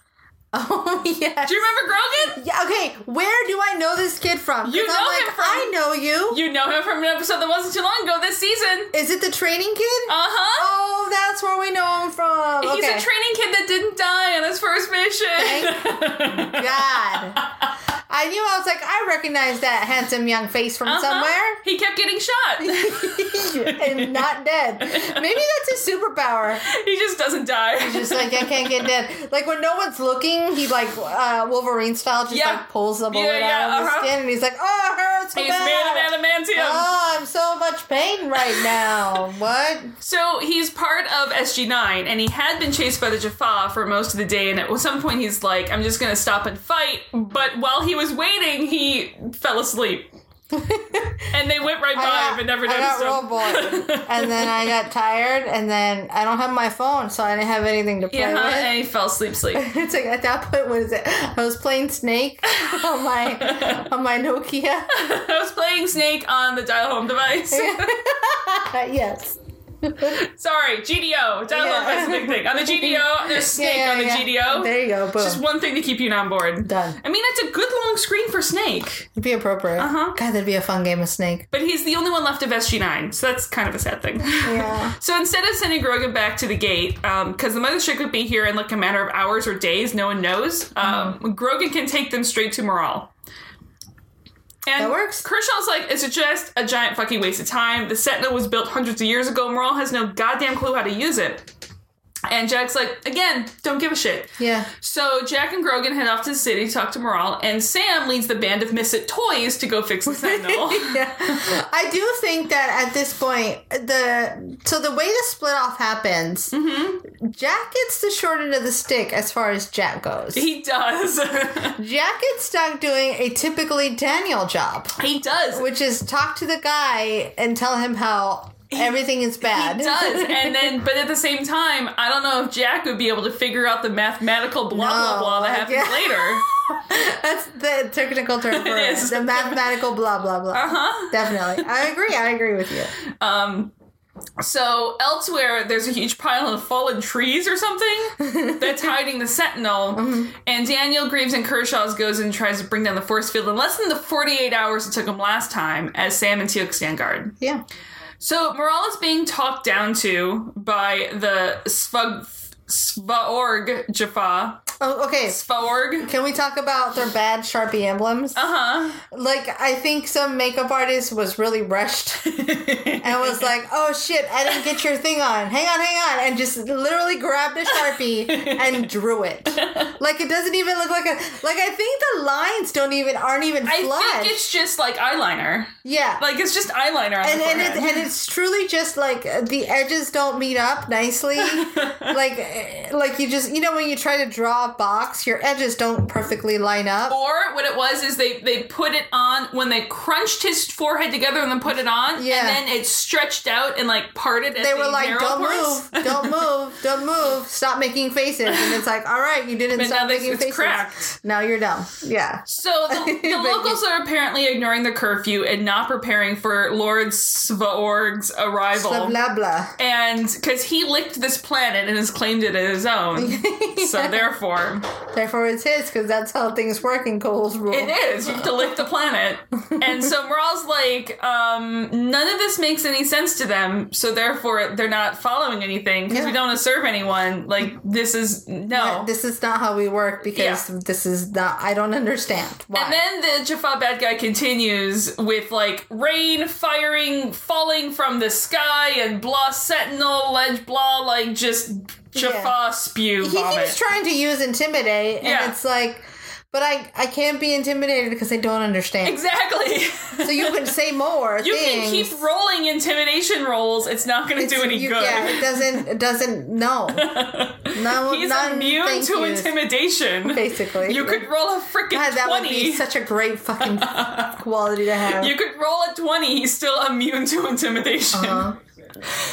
Speaker 2: Oh yeah.
Speaker 1: Do you remember Grogan?
Speaker 2: yeah, okay, where do I know this kid from? 'Cause
Speaker 1: You
Speaker 2: I'm
Speaker 1: know
Speaker 2: like,
Speaker 1: him from-
Speaker 2: I know you.
Speaker 1: You know him from an episode that wasn't too long ago this season.
Speaker 2: Is it the training kid?
Speaker 1: Uh huh.
Speaker 2: oh, that's where we know him from.
Speaker 1: He's
Speaker 2: Oh, okay.
Speaker 1: a training kid that didn't die on his first mission.
Speaker 2: God.
Speaker 1: Uh-huh.
Speaker 2: I knew I was like, I recognize that handsome young face from
Speaker 1: Uh-huh.
Speaker 2: somewhere.
Speaker 1: He kept getting shot.
Speaker 2: and not dead. Maybe that's his superpower.
Speaker 1: he just doesn't die.
Speaker 2: just like I can't get dead. Like when no one's looking, he like uh, Wolverine style just
Speaker 1: Yeah.
Speaker 2: like pulls the bullet
Speaker 1: yeah,
Speaker 2: out of
Speaker 1: uh-huh.
Speaker 2: his skin, and he's like, "Oh, it hurts so
Speaker 1: He's
Speaker 2: bad.
Speaker 1: made of adamantium.
Speaker 2: Oh, I'm so much pain right now. what?
Speaker 1: So he's part of SG9, and he had been chased by the Jaffa for most of the day. And at some point, he's like, "I'm just gonna stop and fight." But while he was waiting, he fell asleep, and they went right by him and never
Speaker 2: I
Speaker 1: noticed him.
Speaker 2: got real bored, and then I got tired, and then I don't have my phone, so I didn't have anything to play
Speaker 1: Yeah,
Speaker 2: with.
Speaker 1: and he fell asleep, sleep.
Speaker 2: It's like at that point, what is it? I was playing Snake on my on my Nokia.
Speaker 1: I was playing Snake on the dial home device.
Speaker 2: yes.
Speaker 1: Sorry, GDO. Download
Speaker 2: Yeah.
Speaker 1: that's a big thing. On the GDO, there's Snake
Speaker 2: Yeah,
Speaker 1: on the
Speaker 2: yeah.
Speaker 1: GDO.
Speaker 2: There you go. Boom.
Speaker 1: It's just one thing to keep you on board.
Speaker 2: Done.
Speaker 1: I mean, it's a good long screen for Snake,
Speaker 2: It'd be appropriate.
Speaker 1: Uh-huh.
Speaker 2: God, that'd be a fun game of Snake.
Speaker 1: but he's the only one left of SG9, so that's kind of a sad thing.
Speaker 2: Yeah.
Speaker 1: So instead of sending Grogan back to the gate, because the mother ship would be here in like a matter of hours or days, no one knows, um,
Speaker 2: Mm-hmm.
Speaker 1: Grogan can take them straight to Morale. And
Speaker 2: That works.
Speaker 1: Kershaw's like, it's just a giant fucking waste of time. The Sentinel was built hundreds of years ago. Morale has no goddamn clue how to use it. And Jack's like, again, don't give a shit.
Speaker 2: Yeah.
Speaker 1: So Jack and Grogan head off to the city to talk to Morale, and Sam leads the band of Misfit Toys to go fix the Sentinel.
Speaker 2: yeah. I do think that at this point, the so the way the split off happens,
Speaker 1: Mm-hmm.
Speaker 2: Jack gets the short end of the stick as far as Jack goes.
Speaker 1: he does.
Speaker 2: Jack gets stuck doing a typically Daniel job,
Speaker 1: he does.
Speaker 2: which is talk to the guy and tell him how everything is bad.
Speaker 1: It does. And then, but at the same time, I don't know if Jack would be able to figure out the mathematical blah blah
Speaker 2: No,
Speaker 1: blah that happens
Speaker 2: yeah.
Speaker 1: later.
Speaker 2: That's the technical term for it.
Speaker 1: is.
Speaker 2: The mathematical blah blah blah.
Speaker 1: Uh-huh.
Speaker 2: Definitely. I agree. I agree with you.
Speaker 1: Um, so elsewhere, there's a huge pile of fallen trees or something that's hiding the Sentinel.
Speaker 2: Mm-hmm.
Speaker 1: And Daniel Greaves and Kershaw's goes and tries to bring down the force field in less than the 48 hours it took him last time as Sam and Teal'c stand guard.
Speaker 2: Yeah.
Speaker 1: So Morale is being talked down to by the Svug. Svaorg Jaffa.
Speaker 2: Oh, okay.
Speaker 1: Svaorg.
Speaker 2: Can we talk about their bad Sharpie emblems?
Speaker 1: Uh huh.
Speaker 2: like I think some makeup artist was really rushed and was like, "Oh shit, I didn't get your thing on. Hang on, hang on," and just literally grabbed a sharpie and drew it. Like it doesn't even look like a like. I think the lines don't even aren't even flush.
Speaker 1: I think it's just like eyeliner.
Speaker 2: yeah.
Speaker 1: Like it's just eyeliner on
Speaker 2: and,
Speaker 1: the
Speaker 2: and,
Speaker 1: forehead.
Speaker 2: it, and it's truly just like uh, the edges don't meet up nicely like uh, like you just you know when you try to draw a box your edges don't perfectly line up
Speaker 1: or what it was is they they put it on when they crunched his forehead together and then put it on.
Speaker 2: Yeah.
Speaker 1: And then it stretched out and like parted. At
Speaker 2: they
Speaker 1: the
Speaker 2: were like,
Speaker 1: narrow
Speaker 2: "Don't
Speaker 1: parts.
Speaker 2: move, don't move, don't move, stop making faces." And it's like, "All right, you didn't
Speaker 1: But
Speaker 2: stop
Speaker 1: now this
Speaker 2: making
Speaker 1: it's
Speaker 2: faces.
Speaker 1: cracked.
Speaker 2: Now you're dumb." Yeah,
Speaker 1: So the, the
Speaker 2: But-
Speaker 1: locals are apparently ignoring the curfew and not preparing for Lord Svaorg's arrival.
Speaker 2: blah blah blah.
Speaker 1: and because he licked this planet and has claimed it as his own, so therefore
Speaker 2: Therefore, it's his because that's how things work in Cole's rule.
Speaker 1: It is. You have to lick the planet. And so Morale's like, um, none of this makes any sense to them, so therefore they're not following anything because
Speaker 2: Yeah.
Speaker 1: we don't want to serve anyone. Like, this is no.
Speaker 2: This is not how we work because this is not. I don't understand why.
Speaker 1: and then the Jaffa bad guy continues with like rain firing, falling from the sky, and blah, sentinel, ledge, blah, like just Jaffa spew
Speaker 2: he
Speaker 1: vomit.
Speaker 2: keeps trying to use intimidate, and
Speaker 1: Yeah.
Speaker 2: it's like, but I I can't be intimidated because I don't understand.
Speaker 1: exactly.
Speaker 2: So you can say more.
Speaker 1: you
Speaker 2: things.
Speaker 1: can keep rolling intimidation rolls, it's not going to do any
Speaker 2: You-
Speaker 1: good.
Speaker 2: Yeah, it doesn't. It doesn't. No, no.
Speaker 1: He's
Speaker 2: none,
Speaker 1: immune
Speaker 2: thank
Speaker 1: to
Speaker 2: you.
Speaker 1: intimidation.
Speaker 2: Basically,
Speaker 1: You could roll a
Speaker 2: God,
Speaker 1: freaking
Speaker 2: that would be
Speaker 1: twenty.
Speaker 2: such a great fucking quality to have.
Speaker 1: You could roll a twenty. He's still immune to intimidation.
Speaker 2: Uh-huh.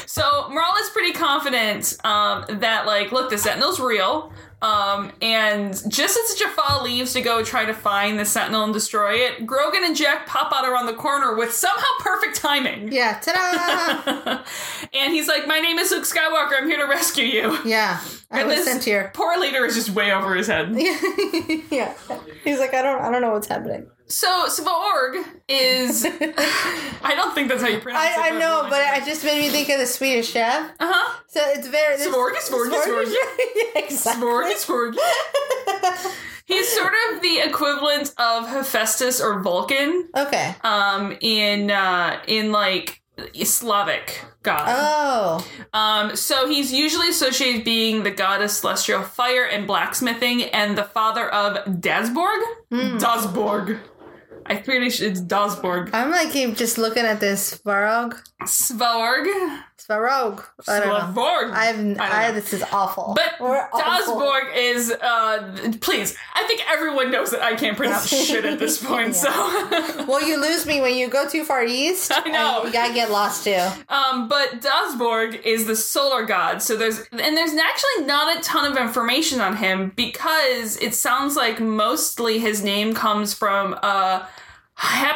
Speaker 1: So Morale is pretty confident um, that, like, look, the Sentinel's real. Um, and just as Jaffa leaves to go try to find the Sentinel and destroy it, Grogan and Jack pop out around the corner with somehow perfect timing.
Speaker 2: yeah, ta-da!
Speaker 1: And he's like, "My name is Luke Skywalker. I'm here to rescue you."
Speaker 2: yeah, I
Speaker 1: And
Speaker 2: was
Speaker 1: this
Speaker 2: sent here.
Speaker 1: Poor leader is just way over his head.
Speaker 2: yeah, he's like, I don't, I don't know what's happening.
Speaker 1: So Svorg is. I don't think that's how you pronounce it.
Speaker 2: I, "Oh, I know, but it just made me think of the Swedish chef.
Speaker 1: uh huh.
Speaker 2: So it's very this-
Speaker 1: Svorg, Svorg, Svorg.
Speaker 2: yeah, exactly.
Speaker 1: Svorg, Svorg. He's sort of the equivalent of Hephaestus or Vulcan,
Speaker 2: Okay.
Speaker 1: um, in uh, in like Slavic god.
Speaker 2: Oh,
Speaker 1: Um, so he's usually associated with being the god of celestial fire and blacksmithing, and the father of Dasborg.
Speaker 2: Hmm.
Speaker 1: Dasborg. I think it's Dasborg.
Speaker 2: I'm gonna keep just looking at this Svarog.
Speaker 1: Svorg.
Speaker 2: Svarog. I don't know.
Speaker 1: Svorg.
Speaker 2: I've,
Speaker 1: I don't
Speaker 2: I,
Speaker 1: know.
Speaker 2: this is awful.
Speaker 1: But
Speaker 2: We're awful.
Speaker 1: Dasborg is, uh, th- please, I think everyone knows that I can't pronounce shit at this point, so.
Speaker 2: Well, you lose me when you go too far east.
Speaker 1: I know.
Speaker 2: and You gotta get lost too.
Speaker 1: um, but Dasborg is the solar god, so there's, and there's actually not a ton of information on him because it sounds like mostly his name comes from, uh,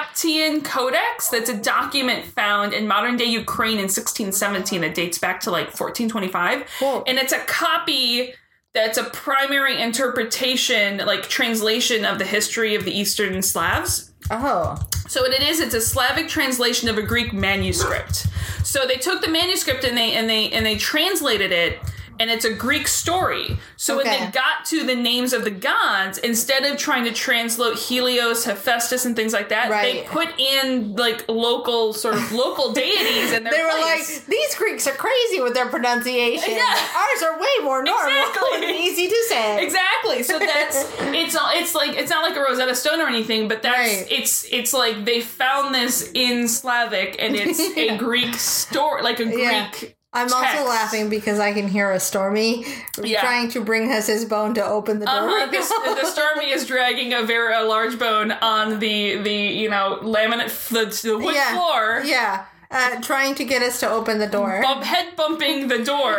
Speaker 1: Heptian Codex. That's a document found in modern day Ukraine in 1617 that dates back to like 1425.
Speaker 2: Whoa.
Speaker 1: And it's a copy that's a primary interpretation, like translation of the history of the Eastern Slavs.
Speaker 2: Oh.
Speaker 1: So what it is, it's a Slavic translation of a Greek manuscript. So they took the manuscript and they and they and they translated it, and it's a Greek story. So when
Speaker 2: Okay.
Speaker 1: they got to the names of the gods, instead of trying to translate Helios, Hephaestus, and things like that, they
Speaker 2: Right.
Speaker 1: put in like local sort of local deities in their
Speaker 2: They were
Speaker 1: place.
Speaker 2: like, these Greeks are crazy with their pronunciation.
Speaker 1: Yeah.
Speaker 2: Ours are way more normal
Speaker 1: Exactly.
Speaker 2: and easy to say.
Speaker 1: Exactly. So that's it's all it's like it's not like a Rosetta Stone or anything, but that's
Speaker 2: Right.
Speaker 1: it's it's like they found this in Slavic and it's a Greek story, like a Greek.
Speaker 2: Yeah. I'm
Speaker 1: text.
Speaker 2: also laughing because I can hear a Stormy
Speaker 1: Yeah.
Speaker 2: trying to bring us his bone to open the door.
Speaker 1: Uh-huh. The, the Stormy is dragging a very a large bone on the the you know laminate f- the, the wood
Speaker 2: yeah.
Speaker 1: floor,
Speaker 2: Yeah. Uh, trying to get us to open the door.
Speaker 1: bump, head bumping the door,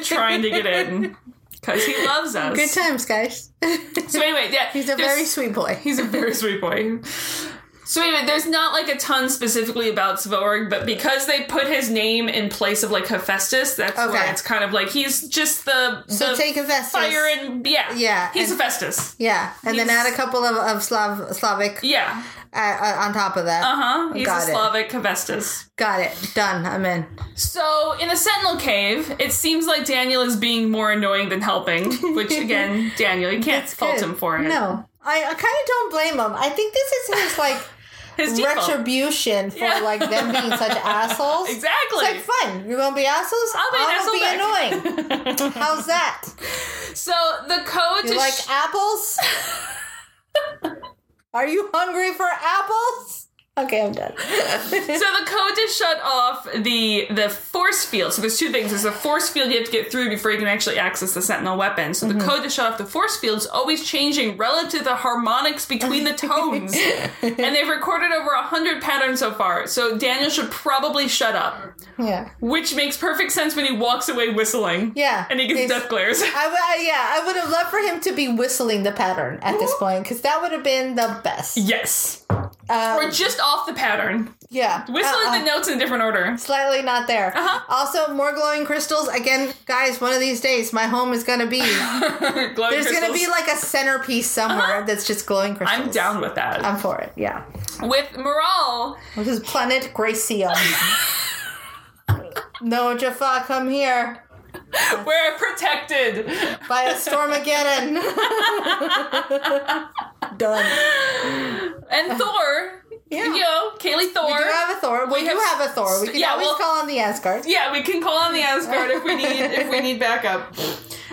Speaker 1: trying to get in because he loves us.
Speaker 2: Good times, guys.
Speaker 1: So anyway, yeah,
Speaker 2: He's a very sweet boy.
Speaker 1: He's a very sweet boy. So anyway, there's not like a ton specifically about Svorg, but because they put his name in place of like Hephaestus, that's why
Speaker 2: Okay.
Speaker 1: it's kind of like he's just the
Speaker 2: So
Speaker 1: the
Speaker 2: take Hephaestus.
Speaker 1: fire and yeah
Speaker 2: Yeah,
Speaker 1: he's
Speaker 2: and-
Speaker 1: Hephaestus
Speaker 2: Yeah, and then
Speaker 1: He's-
Speaker 2: add a couple of, of Slav, Slavic
Speaker 1: yeah
Speaker 2: uh, uh, on top of that.
Speaker 1: uh huh he's
Speaker 2: Got
Speaker 1: a
Speaker 2: it.
Speaker 1: Slavic Hephaestus.
Speaker 2: Got it. Done. I'm in.
Speaker 1: So in the Sentinel Cave, it seems like Daniel is being more annoying than helping, which again, Daniel, you can't fault
Speaker 2: Good.
Speaker 1: him for it.
Speaker 2: No. I, I kind of don't blame him. I think this is his, like,
Speaker 1: his default.
Speaker 2: retribution for,
Speaker 1: Yeah.
Speaker 2: like, them being such assholes.
Speaker 1: exactly.
Speaker 2: It's like, fine, you're going to be assholes?
Speaker 1: I'll be an
Speaker 2: I'm
Speaker 1: asshole
Speaker 2: gonna be annoying. How's that?
Speaker 1: so the code
Speaker 2: You
Speaker 1: to
Speaker 2: like
Speaker 1: sh-
Speaker 2: apples? Are you hungry for apples? Okay, I'm done.
Speaker 1: so the code to shut off the the force field. So there's two things. There's a force field you have to get through before you can actually access the Sentinel weapon. So
Speaker 2: Mm-hmm.
Speaker 1: the code to shut off the force field is always changing relative to the harmonics between the tones. and they've recorded over a hundred patterns so far. So Daniel should probably shut up,
Speaker 2: Yeah.
Speaker 1: which makes perfect sense when he walks away whistling.
Speaker 2: Yeah. Uh,
Speaker 1: and he gets
Speaker 2: He's-
Speaker 1: death glares.
Speaker 2: I, w- I- yeah, I would have loved for him to be whistling the pattern at this point because that would have been the best.
Speaker 1: yes,
Speaker 2: Um,
Speaker 1: or just off the pattern,
Speaker 2: yeah,
Speaker 1: whistling
Speaker 2: Uh, uh,
Speaker 1: the notes in a different order.
Speaker 2: Slightly not there.
Speaker 1: Uh-huh.
Speaker 2: Also, more glowing crystals. Again, guys, one of these days, my home is gonna be
Speaker 1: Glowing
Speaker 2: there's gonna be
Speaker 1: crystals. Uh-huh.
Speaker 2: like a centerpiece somewhere that's just glowing crystals.
Speaker 1: I'm down with that.
Speaker 2: I'm for it. Yeah,
Speaker 1: with morale,
Speaker 2: which is planet Gracium. no, Jaffa, come here
Speaker 1: We're protected.
Speaker 2: by a stormageddon. Done.
Speaker 1: And Thor,
Speaker 2: Yeah.
Speaker 1: you know, Kaylee Thor.
Speaker 2: We do have a Thor. We,
Speaker 1: We
Speaker 2: do
Speaker 1: have-
Speaker 2: have a Thor. We can
Speaker 1: yeah,
Speaker 2: always
Speaker 1: well-
Speaker 2: call on the Asgard.
Speaker 1: yeah, we can call on the Asgard if we need if we need backup.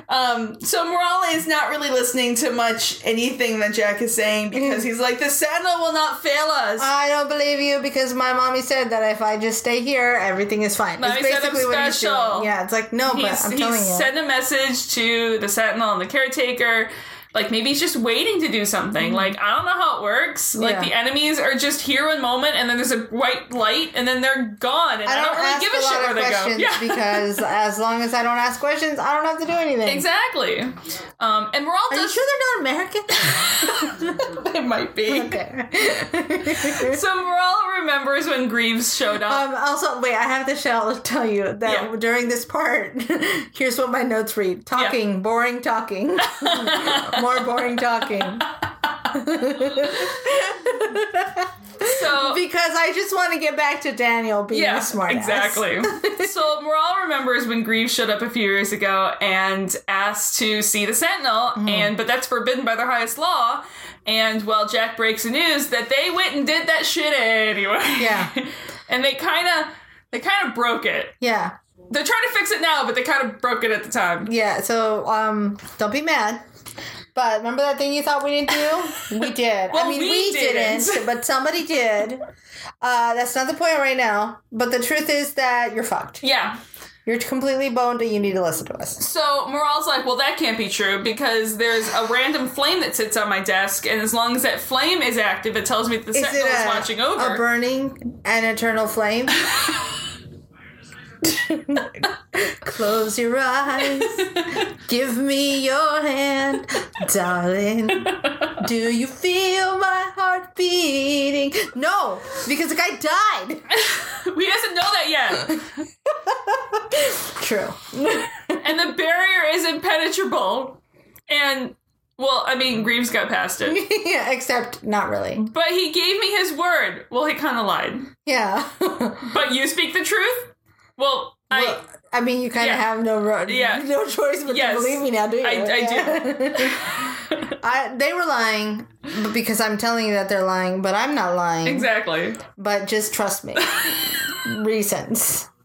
Speaker 1: Um, so Morale is not really listening to much anything that Jack is saying
Speaker 2: Mm-hmm.
Speaker 1: because he's like, the Sentinel will not fail us.
Speaker 2: I don't believe you because my mommy said that if I just stay here, everything is fine.
Speaker 1: Mommy
Speaker 2: it's
Speaker 1: said I'm
Speaker 2: basically what he's doing.
Speaker 1: special.
Speaker 2: Yeah, it's like no,
Speaker 1: he's
Speaker 2: but I'm telling
Speaker 1: he's
Speaker 2: you.
Speaker 1: sent a message to the Sentinel and the caretaker. Like maybe he's just waiting to do something. Like I don't know how it works. Like
Speaker 2: Mm-hmm. Yeah.
Speaker 1: the enemies are just here one moment, and then there's a white light, and then they're gone. And I
Speaker 2: I
Speaker 1: don't,
Speaker 2: don't
Speaker 1: really
Speaker 2: ask
Speaker 1: give
Speaker 2: a
Speaker 1: a,
Speaker 2: lot
Speaker 1: shit where
Speaker 2: of
Speaker 1: they go.
Speaker 2: questions because as long as I don't ask questions, I don't have to do anything.
Speaker 1: Exactly. Um, and Morale
Speaker 2: Are you
Speaker 1: does.
Speaker 2: sure they're not American?
Speaker 1: it might be.
Speaker 2: okay.
Speaker 1: So Morale remembers when Greaves showed up.
Speaker 2: Um, also, wait, I have to shall tell you that
Speaker 1: Yeah.
Speaker 2: during this part, here's what my notes read talking, boring talking, more boring talking.
Speaker 1: so
Speaker 2: Because I just want to get back to Daniel being
Speaker 1: yeah,
Speaker 2: a smart
Speaker 1: exactly. so Morale remembers when Greaves showed up a few years ago and asked to see the Sentinel,
Speaker 2: Mm-hmm.
Speaker 1: and but that's forbidden by their highest law. And well, Jack breaks the news that they went and did that shit anyway.
Speaker 2: Yeah.
Speaker 1: and they kind of they kind of broke it.
Speaker 2: Yeah,
Speaker 1: They're trying to fix it now, but they kind of broke it at the time.
Speaker 2: yeah. So, um, don't be mad. But remember that thing you thought we didn't do? We did.
Speaker 1: Well,
Speaker 2: I mean,
Speaker 1: we
Speaker 2: we,
Speaker 1: didn't.
Speaker 2: didn't. but somebody did. Uh, that's not the point right now. But the truth is that you're fucked.
Speaker 1: Yeah.
Speaker 2: You're completely boned, and you need to listen to us.
Speaker 1: So Morale's like, well, that can't be true because there's a random flame that sits on my desk, and as long as that flame is active, it tells me that the
Speaker 2: Is
Speaker 1: sentinel
Speaker 2: it
Speaker 1: is
Speaker 2: a,
Speaker 1: watching over.
Speaker 2: a burning and eternal flame? Close your eyes. Give me your hand, darling. Do you feel my heart beating? No, because the guy died.
Speaker 1: we doesn't know that yet.
Speaker 2: True.
Speaker 1: And the barrier is impenetrable. And well, I mean, Greaves got past it.
Speaker 2: yeah, except not really.
Speaker 1: But he gave me his word. Well, he kind of lied.
Speaker 2: Yeah.
Speaker 1: But you speak the truth? Well, I
Speaker 2: Well, I mean, you kind of
Speaker 1: Yeah.
Speaker 2: have no ro-
Speaker 1: Yeah.
Speaker 2: no choice but
Speaker 1: Yes.
Speaker 2: to believe me now, do you?
Speaker 1: I- I
Speaker 2: do. I, they were lying but because I'm telling you that they're lying, but I'm not lying.
Speaker 1: exactly.
Speaker 2: But just trust me. Reasons.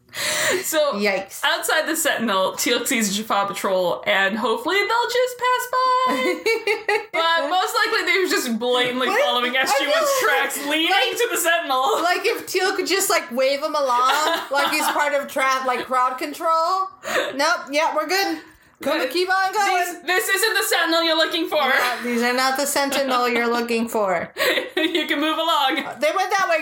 Speaker 1: So
Speaker 2: Yikes.
Speaker 1: Outside the Sentinel, Teal sees a Jaffa patrol, and hopefully they'll just pass by. but most likely they were just blatantly
Speaker 2: What?
Speaker 1: following
Speaker 2: I feel
Speaker 1: SG1's
Speaker 2: like-
Speaker 1: tracks leading
Speaker 2: like-
Speaker 1: to the Sentinel.
Speaker 2: Like if Teal could just like wave him along, like he's part of trap, like crowd control. Nope. Yeah, we're good. Gonna keep on going.
Speaker 1: These- this isn't the Sentinel you're looking for.
Speaker 2: Uh, These are not the sentinel you're looking for.
Speaker 1: you can move along.
Speaker 2: They went that way,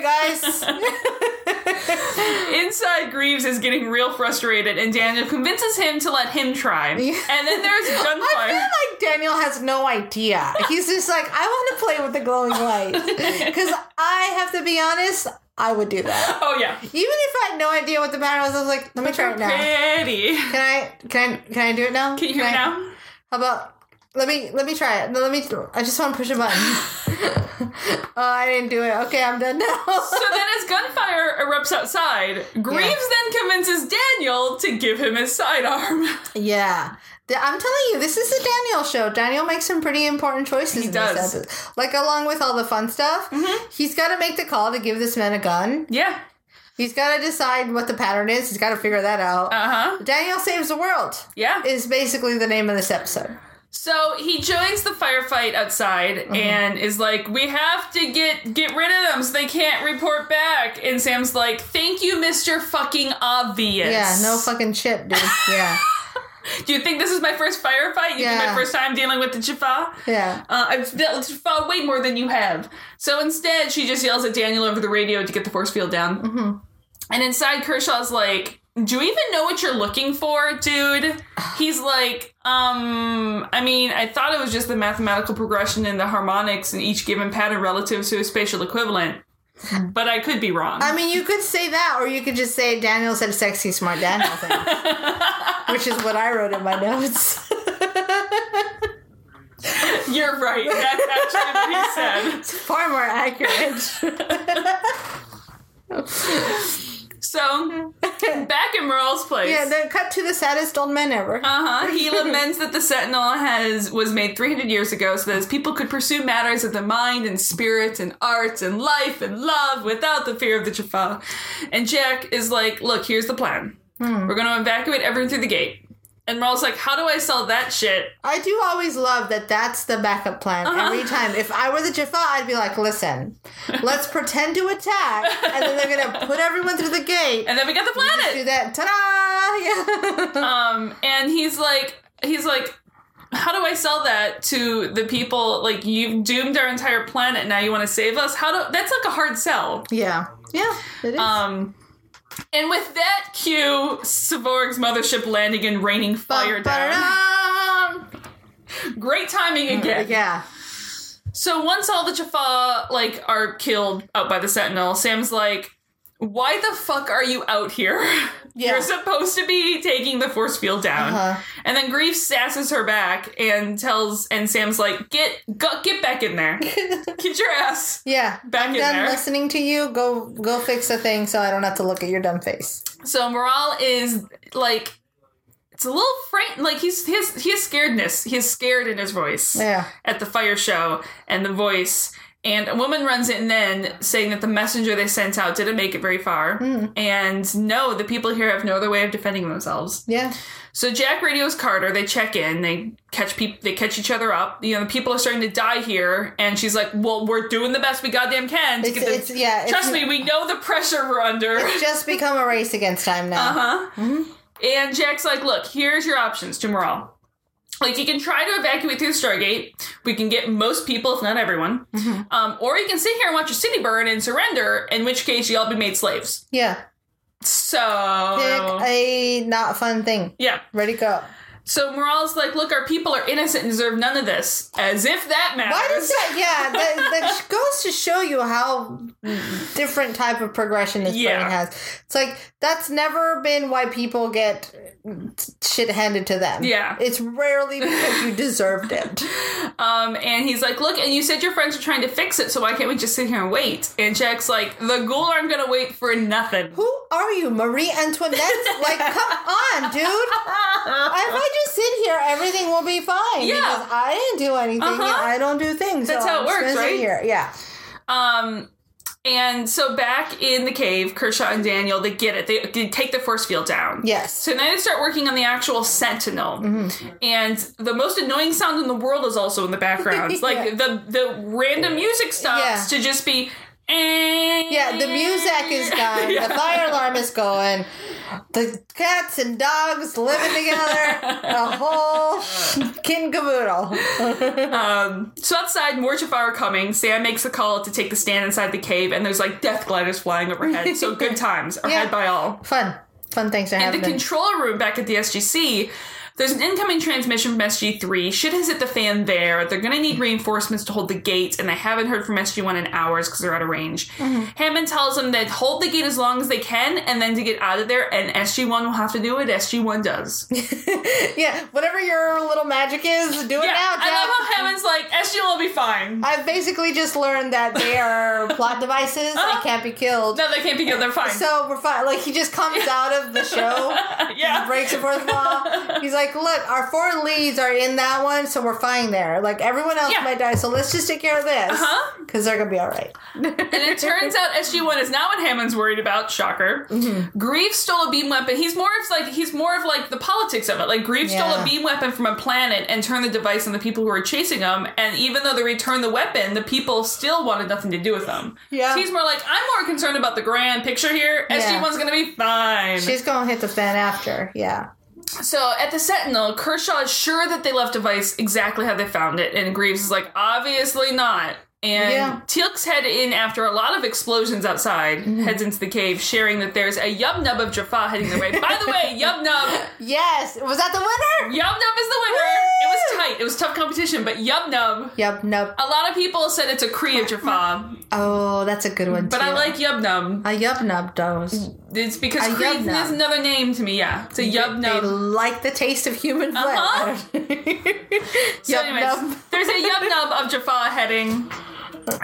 Speaker 2: guys.
Speaker 1: Inside, Greaves is getting real frustrated, and Daniel convinces him to let him try. And then there's
Speaker 2: I
Speaker 1: gunfire.
Speaker 2: feel like Daniel has no idea. He's just like, I want to play with the glowing lights. Because I have to be honest, I would do that.
Speaker 1: Oh yeah,
Speaker 2: Even if I had no idea what the matter was, I was like, let me try it now.
Speaker 1: pretty.
Speaker 2: Can I? Can I? Can I do it now?
Speaker 1: Can you hear me now?
Speaker 2: How about? Let me let me try it. No, let me. I just want to push a button. oh, I didn't do it. Okay, I'm done now.
Speaker 1: So then, as gunfire erupts outside, Greaves then convinces Daniel to give him his sidearm.
Speaker 2: Yeah. The- I'm telling you, this is a Daniel show. Daniel makes some pretty important choices. He Mm-hmm.
Speaker 1: does.
Speaker 2: Like, along with all the fun stuff, he's got to make the call to give this man a gun.
Speaker 1: Yeah.
Speaker 2: He's got to decide what the pattern is. He's got to figure that out.
Speaker 1: Uh huh.
Speaker 2: Daniel saves the world
Speaker 1: Yeah.
Speaker 2: is basically the name of this episode.
Speaker 1: So he joins the firefight outside
Speaker 2: Mm-hmm.
Speaker 1: and is like, "We have to get get rid of them, so they can't report back." And Sam's like, "Thank you, Mister Fucking Obvious."
Speaker 2: Yeah, no fucking shit, dude. Yeah.
Speaker 1: Do you think this is my first firefight? You think
Speaker 2: Yeah.
Speaker 1: my first time dealing with the Jaffa?
Speaker 2: yeah.
Speaker 1: Uh, I've dealt with Jaffa way more than you have. So instead, she just yells at Daniel over the radio to get the force field down. Mm-hmm. And inside, Kershaw's like, "Do you even know what you're looking for, dude?" He's like, "Um, I mean, I thought it was just the mathematical progression and the harmonics in each given pattern relative to a spatial equivalent,
Speaker 2: Hmm.
Speaker 1: but I could be wrong."
Speaker 2: I mean, you could say that, or you could just say Daniel said sexy, smart Daniel thing, which is what I wrote in my notes.
Speaker 1: You're right. That's actually what he said.
Speaker 2: It's far more accurate.
Speaker 1: So back in Merle's place.
Speaker 2: Yeah, then cut to the saddest old man ever.
Speaker 1: Uh huh. He laments that the Sentinel has was made 300 years ago, so that his people could pursue matters of the mind and spirit and arts and life and love without the fear of the Jaffa. And Jack is like, "Look, here's the plan. We're going to evacuate everyone through the gate." And Merle's like, "How do I sell that shit?"
Speaker 2: I do always love that that's the backup plan
Speaker 1: Uh-huh.
Speaker 2: every time. If I were the Jaffa, I'd be like, listen, let's pretend to attack, and then they're going to put everyone through the gate.
Speaker 1: And then we got the planet.
Speaker 2: do that. Ta da! Yeah.
Speaker 1: Um, and he's like, he's like, how do I sell that to the people? Like, you've doomed our entire planet. Now you want to save us? How do? That's like a hard sell.
Speaker 2: yeah. Yeah. It is.
Speaker 1: Um, and with that cue, Savorg's mothership landing and raining fire down.
Speaker 2: Ba-ba-dum.
Speaker 1: Great
Speaker 2: Hmm,
Speaker 1: timing again.
Speaker 2: Yeah.
Speaker 1: So once all the Jaffa like are killed out by the Sentinel, Sam's like, "Why the fuck are you out here?
Speaker 2: Yeah.
Speaker 1: You're supposed to be taking the force field down."
Speaker 2: Uh-huh.
Speaker 1: And then Grief sasses her back and tells, and Sam's like, "Get go, get back in there, get your ass."
Speaker 2: Yeah.
Speaker 1: Back
Speaker 2: I'm
Speaker 1: in
Speaker 2: done
Speaker 1: there.
Speaker 2: listening to you. Go go fix the thing so I don't have to look at your dumb face.
Speaker 1: So Morale is like, it's a little frightened. Like he's his he has scaredness. He is scared in his voice.
Speaker 2: Yeah.
Speaker 1: At the fire show and the voice. And a woman runs in then saying that the messenger they sent out didn't make it very far.
Speaker 2: Hmm.
Speaker 1: And no, the people here have no other way of defending themselves.
Speaker 2: Yeah.
Speaker 1: So Jack radios Carter, they check in, they catch people they catch each other up. You know, the people are starting to die here, and she's like, Well, we're doing the best we goddamn can to
Speaker 2: It's,
Speaker 1: get the
Speaker 2: it's, yeah. It's,
Speaker 1: Trust me, we know the pressure we're under.
Speaker 2: Just become a race against time now.
Speaker 1: Uh huh.
Speaker 2: Mm-hmm.
Speaker 1: And Jack's like, look, here's your options to morale. Like, you can try to evacuate through the Stargate. We can get most people, if not everyone.
Speaker 2: Mm-hmm.
Speaker 1: Um, or you can sit here and watch your city burn and surrender, in which case you'll all be made slaves.
Speaker 2: Yeah.
Speaker 1: So
Speaker 2: Pick a not fun thing.
Speaker 1: yeah.
Speaker 2: Ready, go.
Speaker 1: So Morale's like, look, our people are innocent and deserve none of this. As if that matters.
Speaker 2: Why does that? Yeah, that, that goes to show you how different type of progression this
Speaker 1: Yeah.
Speaker 2: brain has. It's like that's never been why people get shit handed to them.
Speaker 1: Yeah.
Speaker 2: it's rarely because you deserved it.
Speaker 1: Um, and he's like, look, and you said your friends are trying to fix it, so why can't we just sit here and wait? And Jack's like, the ghoul aren't gonna wait for nothing.
Speaker 2: Who are you, Marie Antoinette? Like, come on, dude. If I just sit here, everything will be fine.
Speaker 1: Yeah.
Speaker 2: because I didn't do anything. and
Speaker 1: Uh-huh.
Speaker 2: I don't do things.
Speaker 1: That's
Speaker 2: so
Speaker 1: how it
Speaker 2: I'm
Speaker 1: works,
Speaker 2: just gonna sit
Speaker 1: right?
Speaker 2: Here. Yeah.
Speaker 1: Um, and so back in the cave, Kershaw and Daniel, they get it. They, they take the force field down.
Speaker 2: Yes.
Speaker 1: So now they start working on the actual sentinel.
Speaker 2: Mm-hmm.
Speaker 1: And the most annoying sound in the world is also in the background. Like the, the random music stops
Speaker 2: Yeah.
Speaker 1: to just be.
Speaker 2: Yeah,
Speaker 1: Yeah,
Speaker 2: the music is done. The fire alarm is going. The cats and dogs living together. A whole kin caboodle.
Speaker 1: So outside, more Jafar are coming. Sam makes the call to take the stand inside the cave, and there's like death gliders flying overhead. So good times are
Speaker 2: Yeah.
Speaker 1: had by all.
Speaker 2: Fun. Fun things to
Speaker 1: In
Speaker 2: have.
Speaker 1: the control room back at the SGC, there's an incoming transmission from SG3. Shit has hit the fan there. They're going to need reinforcements to hold the gate, and they haven't heard from SG1 in hours because they're out of range. Hammond tells them that hold the gate as long as they can, and then to get out of there, and SG1 will have to do it. SG1 does.
Speaker 2: yeah, whatever your little magic is, do it
Speaker 1: Yeah,
Speaker 2: now,
Speaker 1: I love how
Speaker 2: Jack.
Speaker 1: Hammond's like, SG1 will be fine.
Speaker 2: I've basically just learned that they are plot devices. They can't be killed.
Speaker 1: Uh-huh. no, they can't be good. They're fine.
Speaker 2: So we're fine. Like, he just comes out of the show.
Speaker 1: yeah.
Speaker 2: breaks the fourth wall. He's like, look, our four leads are in that one, so we're fine there. Like everyone else
Speaker 1: Yeah.
Speaker 2: might die, so let's just take care of this
Speaker 1: Uh-huh.
Speaker 2: because they're gonna be all right.
Speaker 1: And it turns out SG1 is not what Hammond's worried about. Shocker.
Speaker 2: Mm-hmm.
Speaker 1: Grief stole a beam weapon. He's more of like he's more of like the politics of it. Like Grief stole a
Speaker 2: Yeah.
Speaker 1: beam weapon from a planet and turned the device on the people who were chasing him. And even though they returned the weapon, the people still wanted nothing to do with them.
Speaker 2: Yeah.
Speaker 1: So he's more like I'm more concerned about the grand picture here.
Speaker 2: Yeah.
Speaker 1: SG1's gonna be fine.
Speaker 2: She's gonna hit the fan after, yeah.
Speaker 1: So at the Sentinel, Kershaw is sure that they left Device exactly how they found it, and Greaves is like, obviously not. And
Speaker 2: Yeah.
Speaker 1: Teal'c's head in after a lot of explosions outside,
Speaker 2: Mm-hmm.
Speaker 1: heads into the cave, sharing that there's a Yub Nub of Jaffa heading their way. By the way, Yub Nub,
Speaker 2: Yes, was that the winner?
Speaker 1: Yub Nub is the winner. It was tight. It was tough competition, but Yub Nub.
Speaker 2: Yep, nope.
Speaker 1: A lot of people said it's a Cree of Jaffa,
Speaker 2: Oh, that's a good one. Uh,
Speaker 1: but I like Yub Nub.
Speaker 2: a yub nub does.
Speaker 1: It's because
Speaker 2: A Yub
Speaker 1: Cree
Speaker 2: Nub.
Speaker 1: is another name to me. Yeah, it's a Yub
Speaker 2: They
Speaker 1: Nub.
Speaker 2: like the taste of human blood.
Speaker 1: Uh-huh. So
Speaker 2: yub
Speaker 1: anyways,
Speaker 2: nub.
Speaker 1: there's a yub nub of Jaffa heading.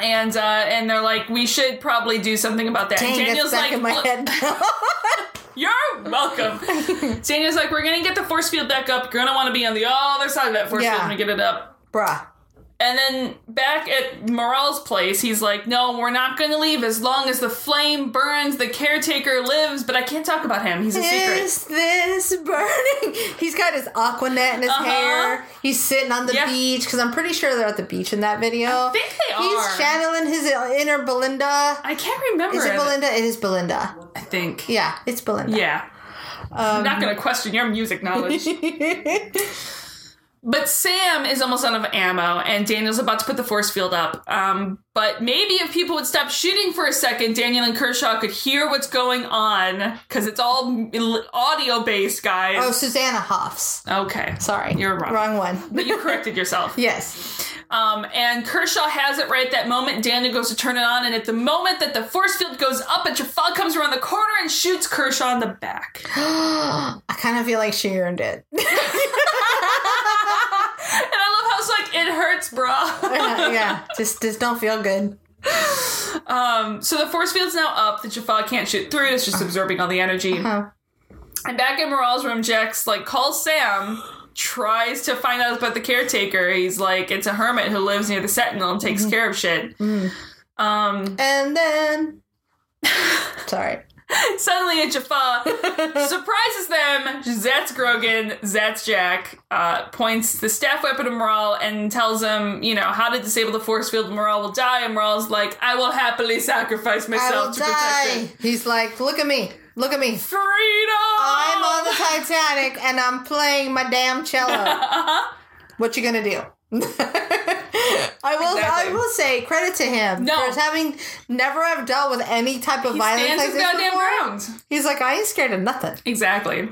Speaker 1: And uh, and they're like, we should probably do something about that.
Speaker 2: Dang,
Speaker 1: and Daniel's
Speaker 2: that's back
Speaker 1: like,
Speaker 2: in my
Speaker 1: "Look,
Speaker 2: head.
Speaker 1: you're welcome. Daniel's like, we're gonna get the force field back up. You're gonna want to be on the other side of that force
Speaker 2: Yeah.
Speaker 1: field when we get it up.
Speaker 2: Bruh.
Speaker 1: And then back at Morel's place, he's like, no, we're not gonna leave as long as the flame burns. The caretaker lives, but I can't talk about him. He's a secret.
Speaker 2: Is this burning? He's got his aquanet in his
Speaker 1: Uh-huh.
Speaker 2: hair. He's sitting on the
Speaker 1: Yeah.
Speaker 2: beach because I'm pretty sure they're at the beach in that video.
Speaker 1: I think they are.
Speaker 2: He's channeling his uh, inner Belinda.
Speaker 1: I can't remember.
Speaker 2: Is it
Speaker 1: it,
Speaker 2: Belinda? It is Belinda.
Speaker 1: I think.
Speaker 2: Yeah, Um, it's Belinda.
Speaker 1: Yeah. I'm not going to question your music knowledge. but Sam is almost out of ammo, and Daniel's about to put the force field up. Um, but maybe if people would stop shooting for a second, Daniel and Kershaw could hear what's going on because it's all audio based,
Speaker 2: Oh,
Speaker 1: guys.
Speaker 2: Susanna Hoffs.
Speaker 1: okay.
Speaker 2: Sorry.
Speaker 1: You're wrong.
Speaker 2: Wrong one.
Speaker 1: But you corrected yourself.
Speaker 2: yes.
Speaker 1: Um, and Kershaw has it right at that moment. Daniel goes to turn it on, and at the moment that the force field goes up, a Jaffa comes around the corner and shoots Kershaw in the back.
Speaker 2: I kind of feel like she earned it.
Speaker 1: And I love how it's like, it hurts, brah.
Speaker 2: yeah. Just just don't feel good.
Speaker 1: Um, so the force field's now up. The Jaffa can't shoot through. It's just absorbing all the energy.
Speaker 2: Uh-huh.
Speaker 1: And back in Morale's room, Jax, like, calls Sam, tries to find out about the caretaker. He's like, it's a hermit who lives near the Sentinel and
Speaker 2: Mm-hmm.
Speaker 1: takes care of shit. Um,
Speaker 2: And then. Sorry.
Speaker 1: suddenly a Jaffa surprises them. Zats Grogan, Zats Jack, uh, points the staff weapon at Morale and tells him, you know, how to disable the force field. Morale will die, and Morale's like, I will happily sacrifice
Speaker 2: I
Speaker 1: myself
Speaker 2: will
Speaker 1: to protect
Speaker 2: die.
Speaker 1: it.
Speaker 2: He's like, look at me. Look at me.
Speaker 1: Freedom!
Speaker 2: I'm on the Titanic
Speaker 1: Uh-huh.
Speaker 2: and I'm playing my damn cello. What you gonna do?
Speaker 1: Yeah.
Speaker 2: I will.
Speaker 1: Exactly.
Speaker 2: I will say credit to him
Speaker 1: No.
Speaker 2: for having never have dealt with any type of
Speaker 1: He
Speaker 2: violence
Speaker 1: stands
Speaker 2: like
Speaker 1: his
Speaker 2: this
Speaker 1: goddamn
Speaker 2: before.
Speaker 1: ground.
Speaker 2: He's like, I ain't scared of nothing.
Speaker 1: Exactly.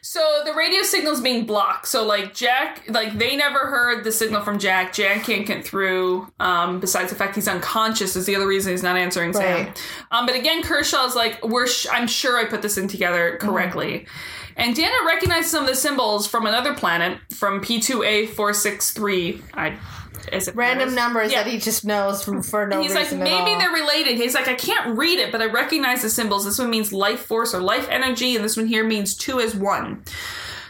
Speaker 1: So the radio signal's being blocked. So like Jack, like they never heard the signal from Jack. Jack can't get through. Um, besides the fact he's unconscious is the other reason he's not answering Sam.
Speaker 2: Right.
Speaker 1: Um, but again, Kershaw's like, we're. Sh- I'm sure I put this in together correctly.
Speaker 2: Mm-hmm.
Speaker 1: And Dana recognized some of the symbols from another planet, from P2A four six three. I. Is it
Speaker 2: Random
Speaker 1: numbers?
Speaker 2: numbers
Speaker 1: Yeah.
Speaker 2: that he just knows for, for no
Speaker 1: He's like,
Speaker 2: reason at
Speaker 1: maybe
Speaker 2: all.
Speaker 1: they're related. He's like, I can't read it, but I recognize the symbols. This one means life force or life energy, and this one here means two is one.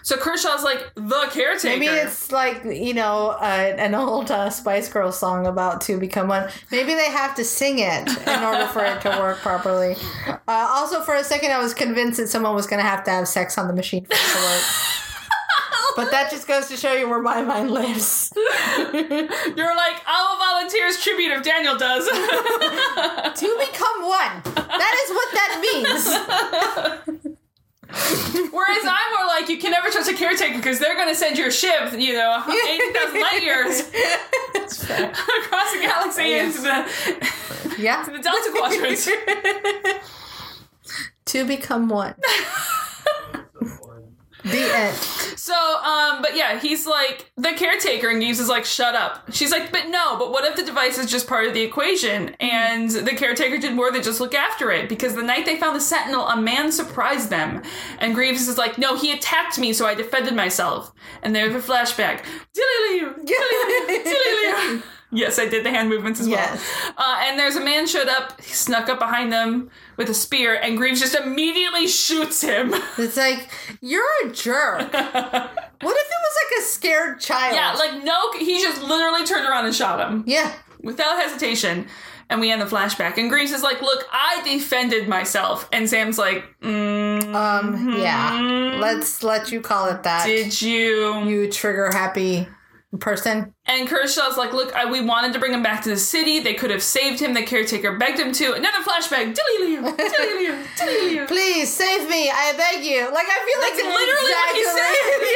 Speaker 1: So Kershaw's like the caretaker.
Speaker 2: Maybe it's like you know uh, an old uh, Spice Girl song about to become one. Maybe they have to sing it in order for it to work properly. Uh, also, for a second, I was convinced that someone was going to have to have sex on the machine for it to work. But that just goes to show you where my mind lives.
Speaker 1: You're like, I'll volunteer as tribute if Daniel does.
Speaker 2: To become one. That is what that means.
Speaker 1: Whereas I'm more like, you can never trust a caretaker because they're going to send your ship, you know, 80,000 light years across the galaxy
Speaker 2: Oh,
Speaker 1: into the,
Speaker 2: Yeah.
Speaker 1: the Delta Quadrant.
Speaker 2: To become one. the end.
Speaker 1: So, um, but yeah, he's like the caretaker, and Gibbs is like, "Shut up." She's like, "But no, but what if the device is just part of the equation?" And the caretaker did more than just look after it because the night they found the Sentinel, a man surprised them, and Greaves is like, "No, he attacked me, so I defended myself." And there's a flashback. Diddly-loo, diddly-loo, diddly-loo. Yes, I did the hand movements as
Speaker 2: Yes.
Speaker 1: well. Uh, and there's a man showed up, he snuck up behind them with a spear, and Greaves just immediately shoots him.
Speaker 2: It's like, you're a jerk. What if it was like a scared child?
Speaker 1: Yeah, like no, he just literally turned around and shot him
Speaker 2: Yeah.
Speaker 1: without hesitation. And we end the flashback. And Greaves is like, "Look, I defended myself." And Sam's like, mm,
Speaker 2: Um, yeah. Let's let you call it that.
Speaker 1: Mm-hmm. "Did you?"
Speaker 2: you trigger happy person?
Speaker 1: And Kershaw's like, "Look, I, we wanted to bring him back to the city. They could have saved him. The caretaker begged him to." Another flashback. Diddly-loo, diddly-loo, diddly-loo.
Speaker 2: Please save me, I beg you. Like I feel like
Speaker 1: That's
Speaker 2: it's
Speaker 1: literally what he
Speaker 2: exactly-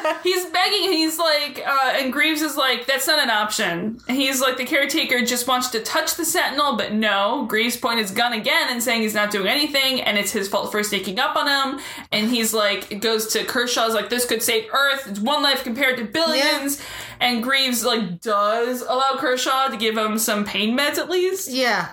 Speaker 2: Yeah.
Speaker 1: He's begging. and He's like, uh, and Greaves is like, "That's not an option." And he's like, "The caretaker just wants to touch the sentinel, but no." Greaves point his gun again and saying he's not doing anything, and it's his fault for sneaking up on him. And he's like, it goes to Kershaw's like, "This could save Earth. It's one life compared to billions. And Greaves like does allow Kershaw to give him some pain meds at least.
Speaker 2: yeah.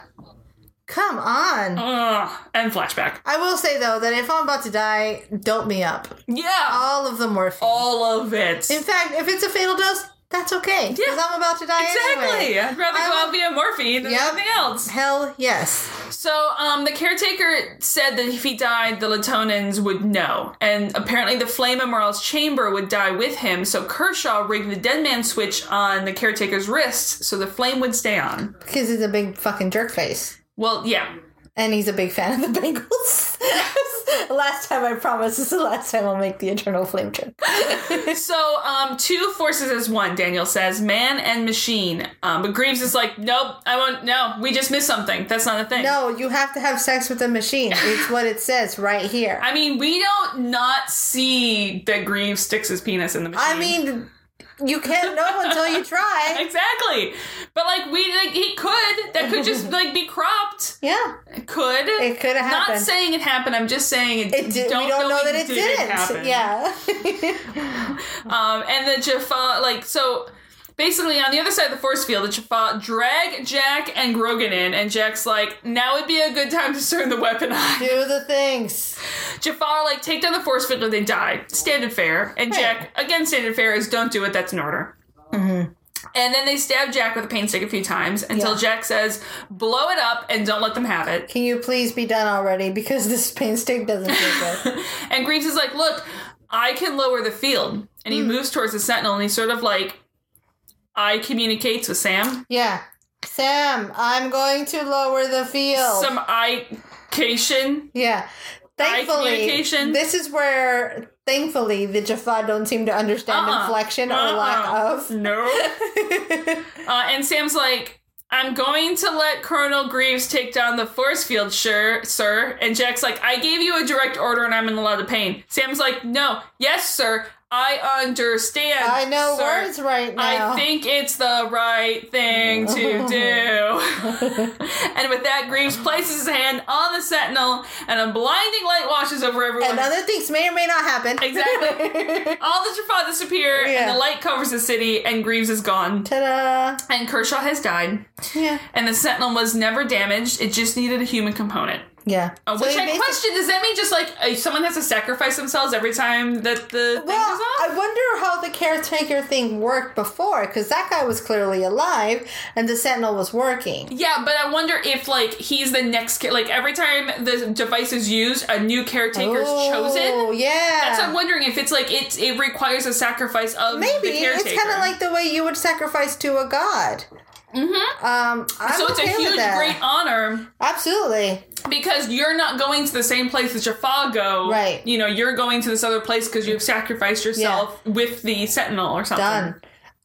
Speaker 2: Come on.
Speaker 1: Oh. Ugh. And flashback.
Speaker 2: I will say though that if I'm about to die, dope me up.
Speaker 1: Yeah,
Speaker 2: All of them worth. it.
Speaker 1: all of it.
Speaker 2: Uh, In fact, if it's a fatal dose, that's okay. Because
Speaker 1: Yeah.
Speaker 2: I'm about to die
Speaker 1: Exactly.
Speaker 2: anyway.
Speaker 1: I'd rather
Speaker 2: I
Speaker 1: go
Speaker 2: would-
Speaker 1: out via morphine than
Speaker 2: Yep.
Speaker 1: anything else.
Speaker 2: Hell yes.
Speaker 1: So, um, the caretaker said that if he died, the Latonans would know. And apparently, the flame in Moral's chamber would die with him. So, Kershaw rigged the dead man switch on the caretaker's wrist so the flame would stay on.
Speaker 2: Because he's a big fucking jerk face.
Speaker 1: Well, yeah.
Speaker 2: And he's a big fan of the Bengals. last time I promise is the last time I'll make the eternal flame joke.
Speaker 1: So, um, two forces as one, Daniel says, man and machine. Um, but Greaves is like, nope, I won't, no, we just missed something. That's not a thing.
Speaker 2: No, you have to have sex with a machine. It's what it says right here.
Speaker 1: I mean, we don't not see that Greaves sticks his penis in the machine.
Speaker 2: I mean, you can't know until you try.
Speaker 1: Exactly. But like we like he could. That could just like be cropped.
Speaker 2: Yeah,
Speaker 1: Could.
Speaker 2: it could have
Speaker 1: Not
Speaker 2: happened.
Speaker 1: saying it happened. I'm just saying it,
Speaker 2: it did,
Speaker 1: don't
Speaker 2: we don't know that it
Speaker 1: it
Speaker 2: didn't.
Speaker 1: happen.
Speaker 2: Yeah.
Speaker 1: Um, and the Jaffa like so. Basically, on the other side of the force field, the Jaffa drag Jack and Grogan in, and Jack's like, "Now would be a good time to turn the weapon on."
Speaker 2: Do the things.
Speaker 1: Jaffa like take down the force field when they die. Standard fare. And
Speaker 2: Right.
Speaker 1: Jack again standard fare is don't do it. That's an order. And then they stab Jack with a pain stick a few times until
Speaker 2: Yeah.
Speaker 1: Jack says, "Blow it up and don't let them have it."
Speaker 2: Can you please be done already? Because this pain stick doesn't feel good.
Speaker 1: And Greaves is like, "Look, I can lower the field." And he moves towards the sentinel and he sort of like I communicates with Sam.
Speaker 2: Yeah. Sam, I'm going to lower the field.
Speaker 1: Some I-cation.
Speaker 2: Yeah. Thankfully,
Speaker 1: communication.
Speaker 2: this is where, thankfully, the Jaffa don't seem to understand
Speaker 1: Uh-uh.
Speaker 2: inflection or
Speaker 1: Uh-uh.
Speaker 2: lack of.
Speaker 1: No. uh, and Sam's like, I'm going to let Colonel Greaves take down the force field, sure, sir. And Jack's like, I gave you a direct order and I'm in a lot of pain. Sam's like, No, yes, sir. I understand.
Speaker 2: I know
Speaker 1: sir.
Speaker 2: words right now.
Speaker 1: I think it's the right thing to do. and with that, Greaves places his hand on the sentinel, and a blinding light washes over everyone.
Speaker 2: And other things may or may not happen.
Speaker 1: Exactly. All the Trafadas appear, and
Speaker 2: Yeah.
Speaker 1: the light covers the city, and Greaves is gone.
Speaker 2: Ta-da!
Speaker 1: And Kershaw has died,
Speaker 2: Yeah.
Speaker 1: and the Sentinel was never damaged. It just needed a human component.
Speaker 2: Yeah.
Speaker 1: Uh,
Speaker 2: So
Speaker 1: which
Speaker 2: he
Speaker 1: I
Speaker 2: basi-
Speaker 1: question. Does that mean just like uh, someone has to sacrifice themselves every time that the thing
Speaker 2: Well,
Speaker 1: goes off?
Speaker 2: I wonder how the caretaker thing worked before, because that guy was clearly alive, and the sentinel was working.
Speaker 1: yeah, but I wonder if like he's the next ca- like every time the device is used, a new caretaker is
Speaker 2: Oh,
Speaker 1: chosen.
Speaker 2: yeah.
Speaker 1: That's I'm wondering if it's like it it requires a sacrifice of
Speaker 2: Maybe
Speaker 1: the
Speaker 2: it's
Speaker 1: caretaker.
Speaker 2: kind of like the way you would sacrifice to a god. Mm-hmm. Um, I'm
Speaker 1: so it's a
Speaker 2: okay with
Speaker 1: huge
Speaker 2: that.
Speaker 1: great honor
Speaker 2: Absolutely.
Speaker 1: because you're not going to the same place that Jaffa go.
Speaker 2: Right.
Speaker 1: You know, you're going to this other place because you've sacrificed yourself with the Sentinel or something.
Speaker 2: Done.
Speaker 1: Mm-hmm.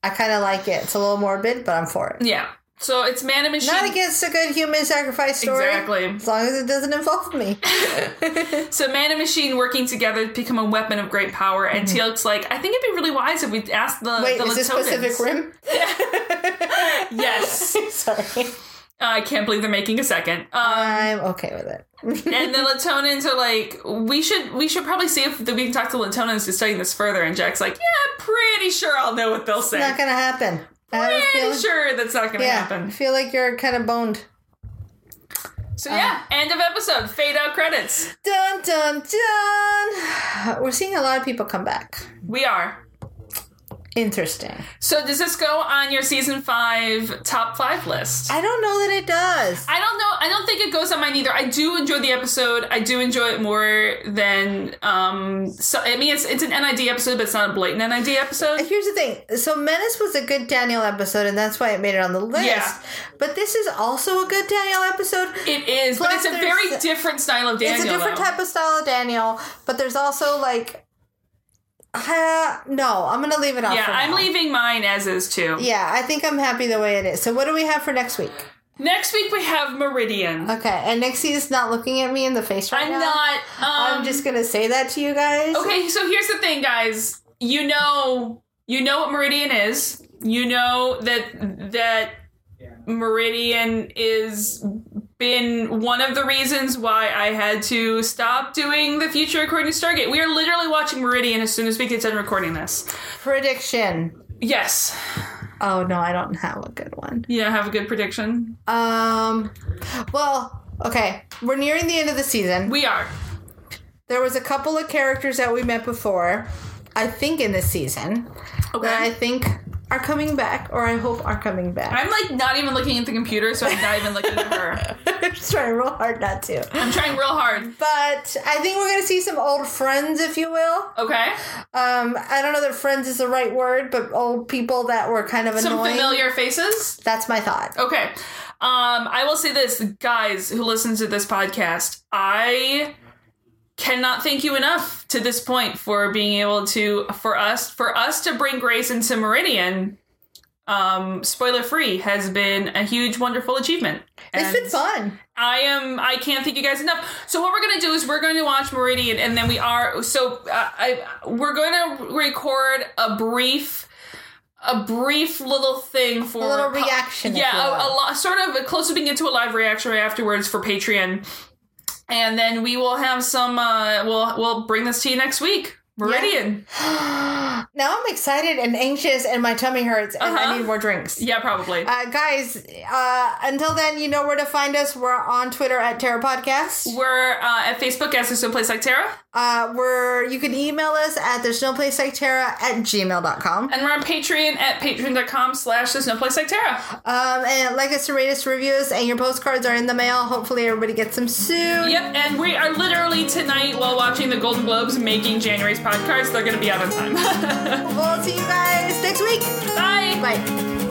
Speaker 2: I kind of like it. It's a little morbid, but I'm for it.
Speaker 1: Yeah. So it's man and machine.
Speaker 2: Not against a good human sacrifice story.
Speaker 1: Exactly.
Speaker 2: As long as it doesn't involve me.
Speaker 1: So man and machine working together to become a weapon of great power. And Teal'c's like, I think it'd be really wise if we asked the
Speaker 2: Mm-hmm. Wait,
Speaker 1: the
Speaker 2: is this
Speaker 1: Latonians."
Speaker 2: Pacific Rim?
Speaker 1: Yes, Uh,
Speaker 2: Sorry.
Speaker 1: I can't believe they're making a second. Um,
Speaker 2: I'm okay with it.
Speaker 1: and the Latonans are like, we should we should probably see if we can talk to Latonans to study this further. And Jack's like, yeah, I'm pretty sure I'll know what they'll say.
Speaker 2: Not gonna happen. I have a
Speaker 1: pretty
Speaker 2: feeling-
Speaker 1: sure that's not going to
Speaker 2: Yeah, I
Speaker 1: happen.
Speaker 2: feel like you're kind of boned.
Speaker 1: So yeah,
Speaker 2: uh.
Speaker 1: end of episode. Fade out credits.
Speaker 2: Dun dun dun. We're seeing a lot of people come back.
Speaker 1: We are.
Speaker 2: Interesting.
Speaker 1: So does this go on your season five top five list?
Speaker 2: I don't know that it does.
Speaker 1: I don't know. I don't think it goes on mine either. I do enjoy the episode. I do enjoy it more than um. So I mean, it's it's an NID episode, but it's not a blatant NID episode.
Speaker 2: Here's the thing. So Menace was a good Daniel episode, and that's why it made it on the list.
Speaker 1: Yeah.
Speaker 2: But this is also a good Daniel episode.
Speaker 1: It is, but
Speaker 2: Plus
Speaker 1: it's a
Speaker 2: there's-
Speaker 1: very different style of Daniel.
Speaker 2: it's a different
Speaker 1: though.
Speaker 2: type of style of Daniel, but there's also like, uh, no, I'm gonna leave it off.
Speaker 1: Yeah,
Speaker 2: for
Speaker 1: I'm
Speaker 2: now.
Speaker 1: leaving mine as is too.
Speaker 2: Yeah, I think I'm happy the way it is. So what do we have for next week?
Speaker 1: Next week we have Meridian.
Speaker 2: Okay, and Nixie is not looking at me in the face right
Speaker 1: I'm
Speaker 2: now.
Speaker 1: not. Um,
Speaker 2: I'm just gonna say that to you guys.
Speaker 1: Okay, so here's the thing, guys. You know, you know what Meridian is. You know that that Meridian is been one of the reasons why I had to stop doing the future according to Stargate. We are literally watching Meridian as soon as we get done recording this.
Speaker 2: Prediction.
Speaker 1: Yes.
Speaker 2: Oh no, I don't have a good one.
Speaker 1: You have a good prediction.
Speaker 2: Um, well, okay, we're nearing the end of the season.
Speaker 1: We are.
Speaker 2: there was a couple of characters that we met before, I think in this season, that I
Speaker 1: Okay.
Speaker 2: think are coming back, or I hope are coming back.
Speaker 1: I'm like not even looking at the computer, so I'm not even looking at her.
Speaker 2: I'm trying real hard not to.
Speaker 1: I'm trying real hard.
Speaker 2: But I think we're gonna see some old friends, if you will.
Speaker 1: Okay.
Speaker 2: Um, I don't know that friends is the right word, but old people that were kind of
Speaker 1: Some
Speaker 2: annoying.
Speaker 1: familiar Oh, faces.
Speaker 2: That's my thought.
Speaker 1: Okay. Um, I will say this, guys who listen to this podcast, I cannot thank you enough to this point for being able to for us for us to bring Grace into Meridian. Um, spoiler free has been a huge, wonderful achievement.
Speaker 2: It's been fun.
Speaker 1: I am. I can't thank you guys enough. So what we're gonna do is we're going to watch Meridian, and then we are. So uh, I we're going to record a brief, a brief little thing for
Speaker 2: A little reaction, if
Speaker 1: Yeah,
Speaker 2: you
Speaker 1: a, a
Speaker 2: will.
Speaker 1: lot, sort of a close to being into a live reaction right afterwards for Patreon, and then we will have some. Uh, we'll we'll bring this to you next week. Meridian.
Speaker 2: Now I'm excited and anxious, and my tummy hurts, and
Speaker 1: Uh-huh.
Speaker 2: I need more drinks.
Speaker 1: Yeah, probably.
Speaker 2: Uh, guys, uh, until then, you know where to find us. We're on Twitter at Terra Podcast.
Speaker 1: we're uh, at Facebook as there's no place like Terra,
Speaker 2: Uh, we're, you can email us at there's no place like Terra at gmail.com.
Speaker 1: and we're on Patreon at patreon.com slash there's no place like Terra.
Speaker 2: Um, and like us to rate us reviews, and your postcards are in the mail. Hopefully, everybody gets them soon.
Speaker 1: Yep, and we are literally tonight while watching the Golden Globes making January's podcasts. They're going to be out on time.
Speaker 2: We'll see you guys next week.
Speaker 1: Bye.
Speaker 2: Bye.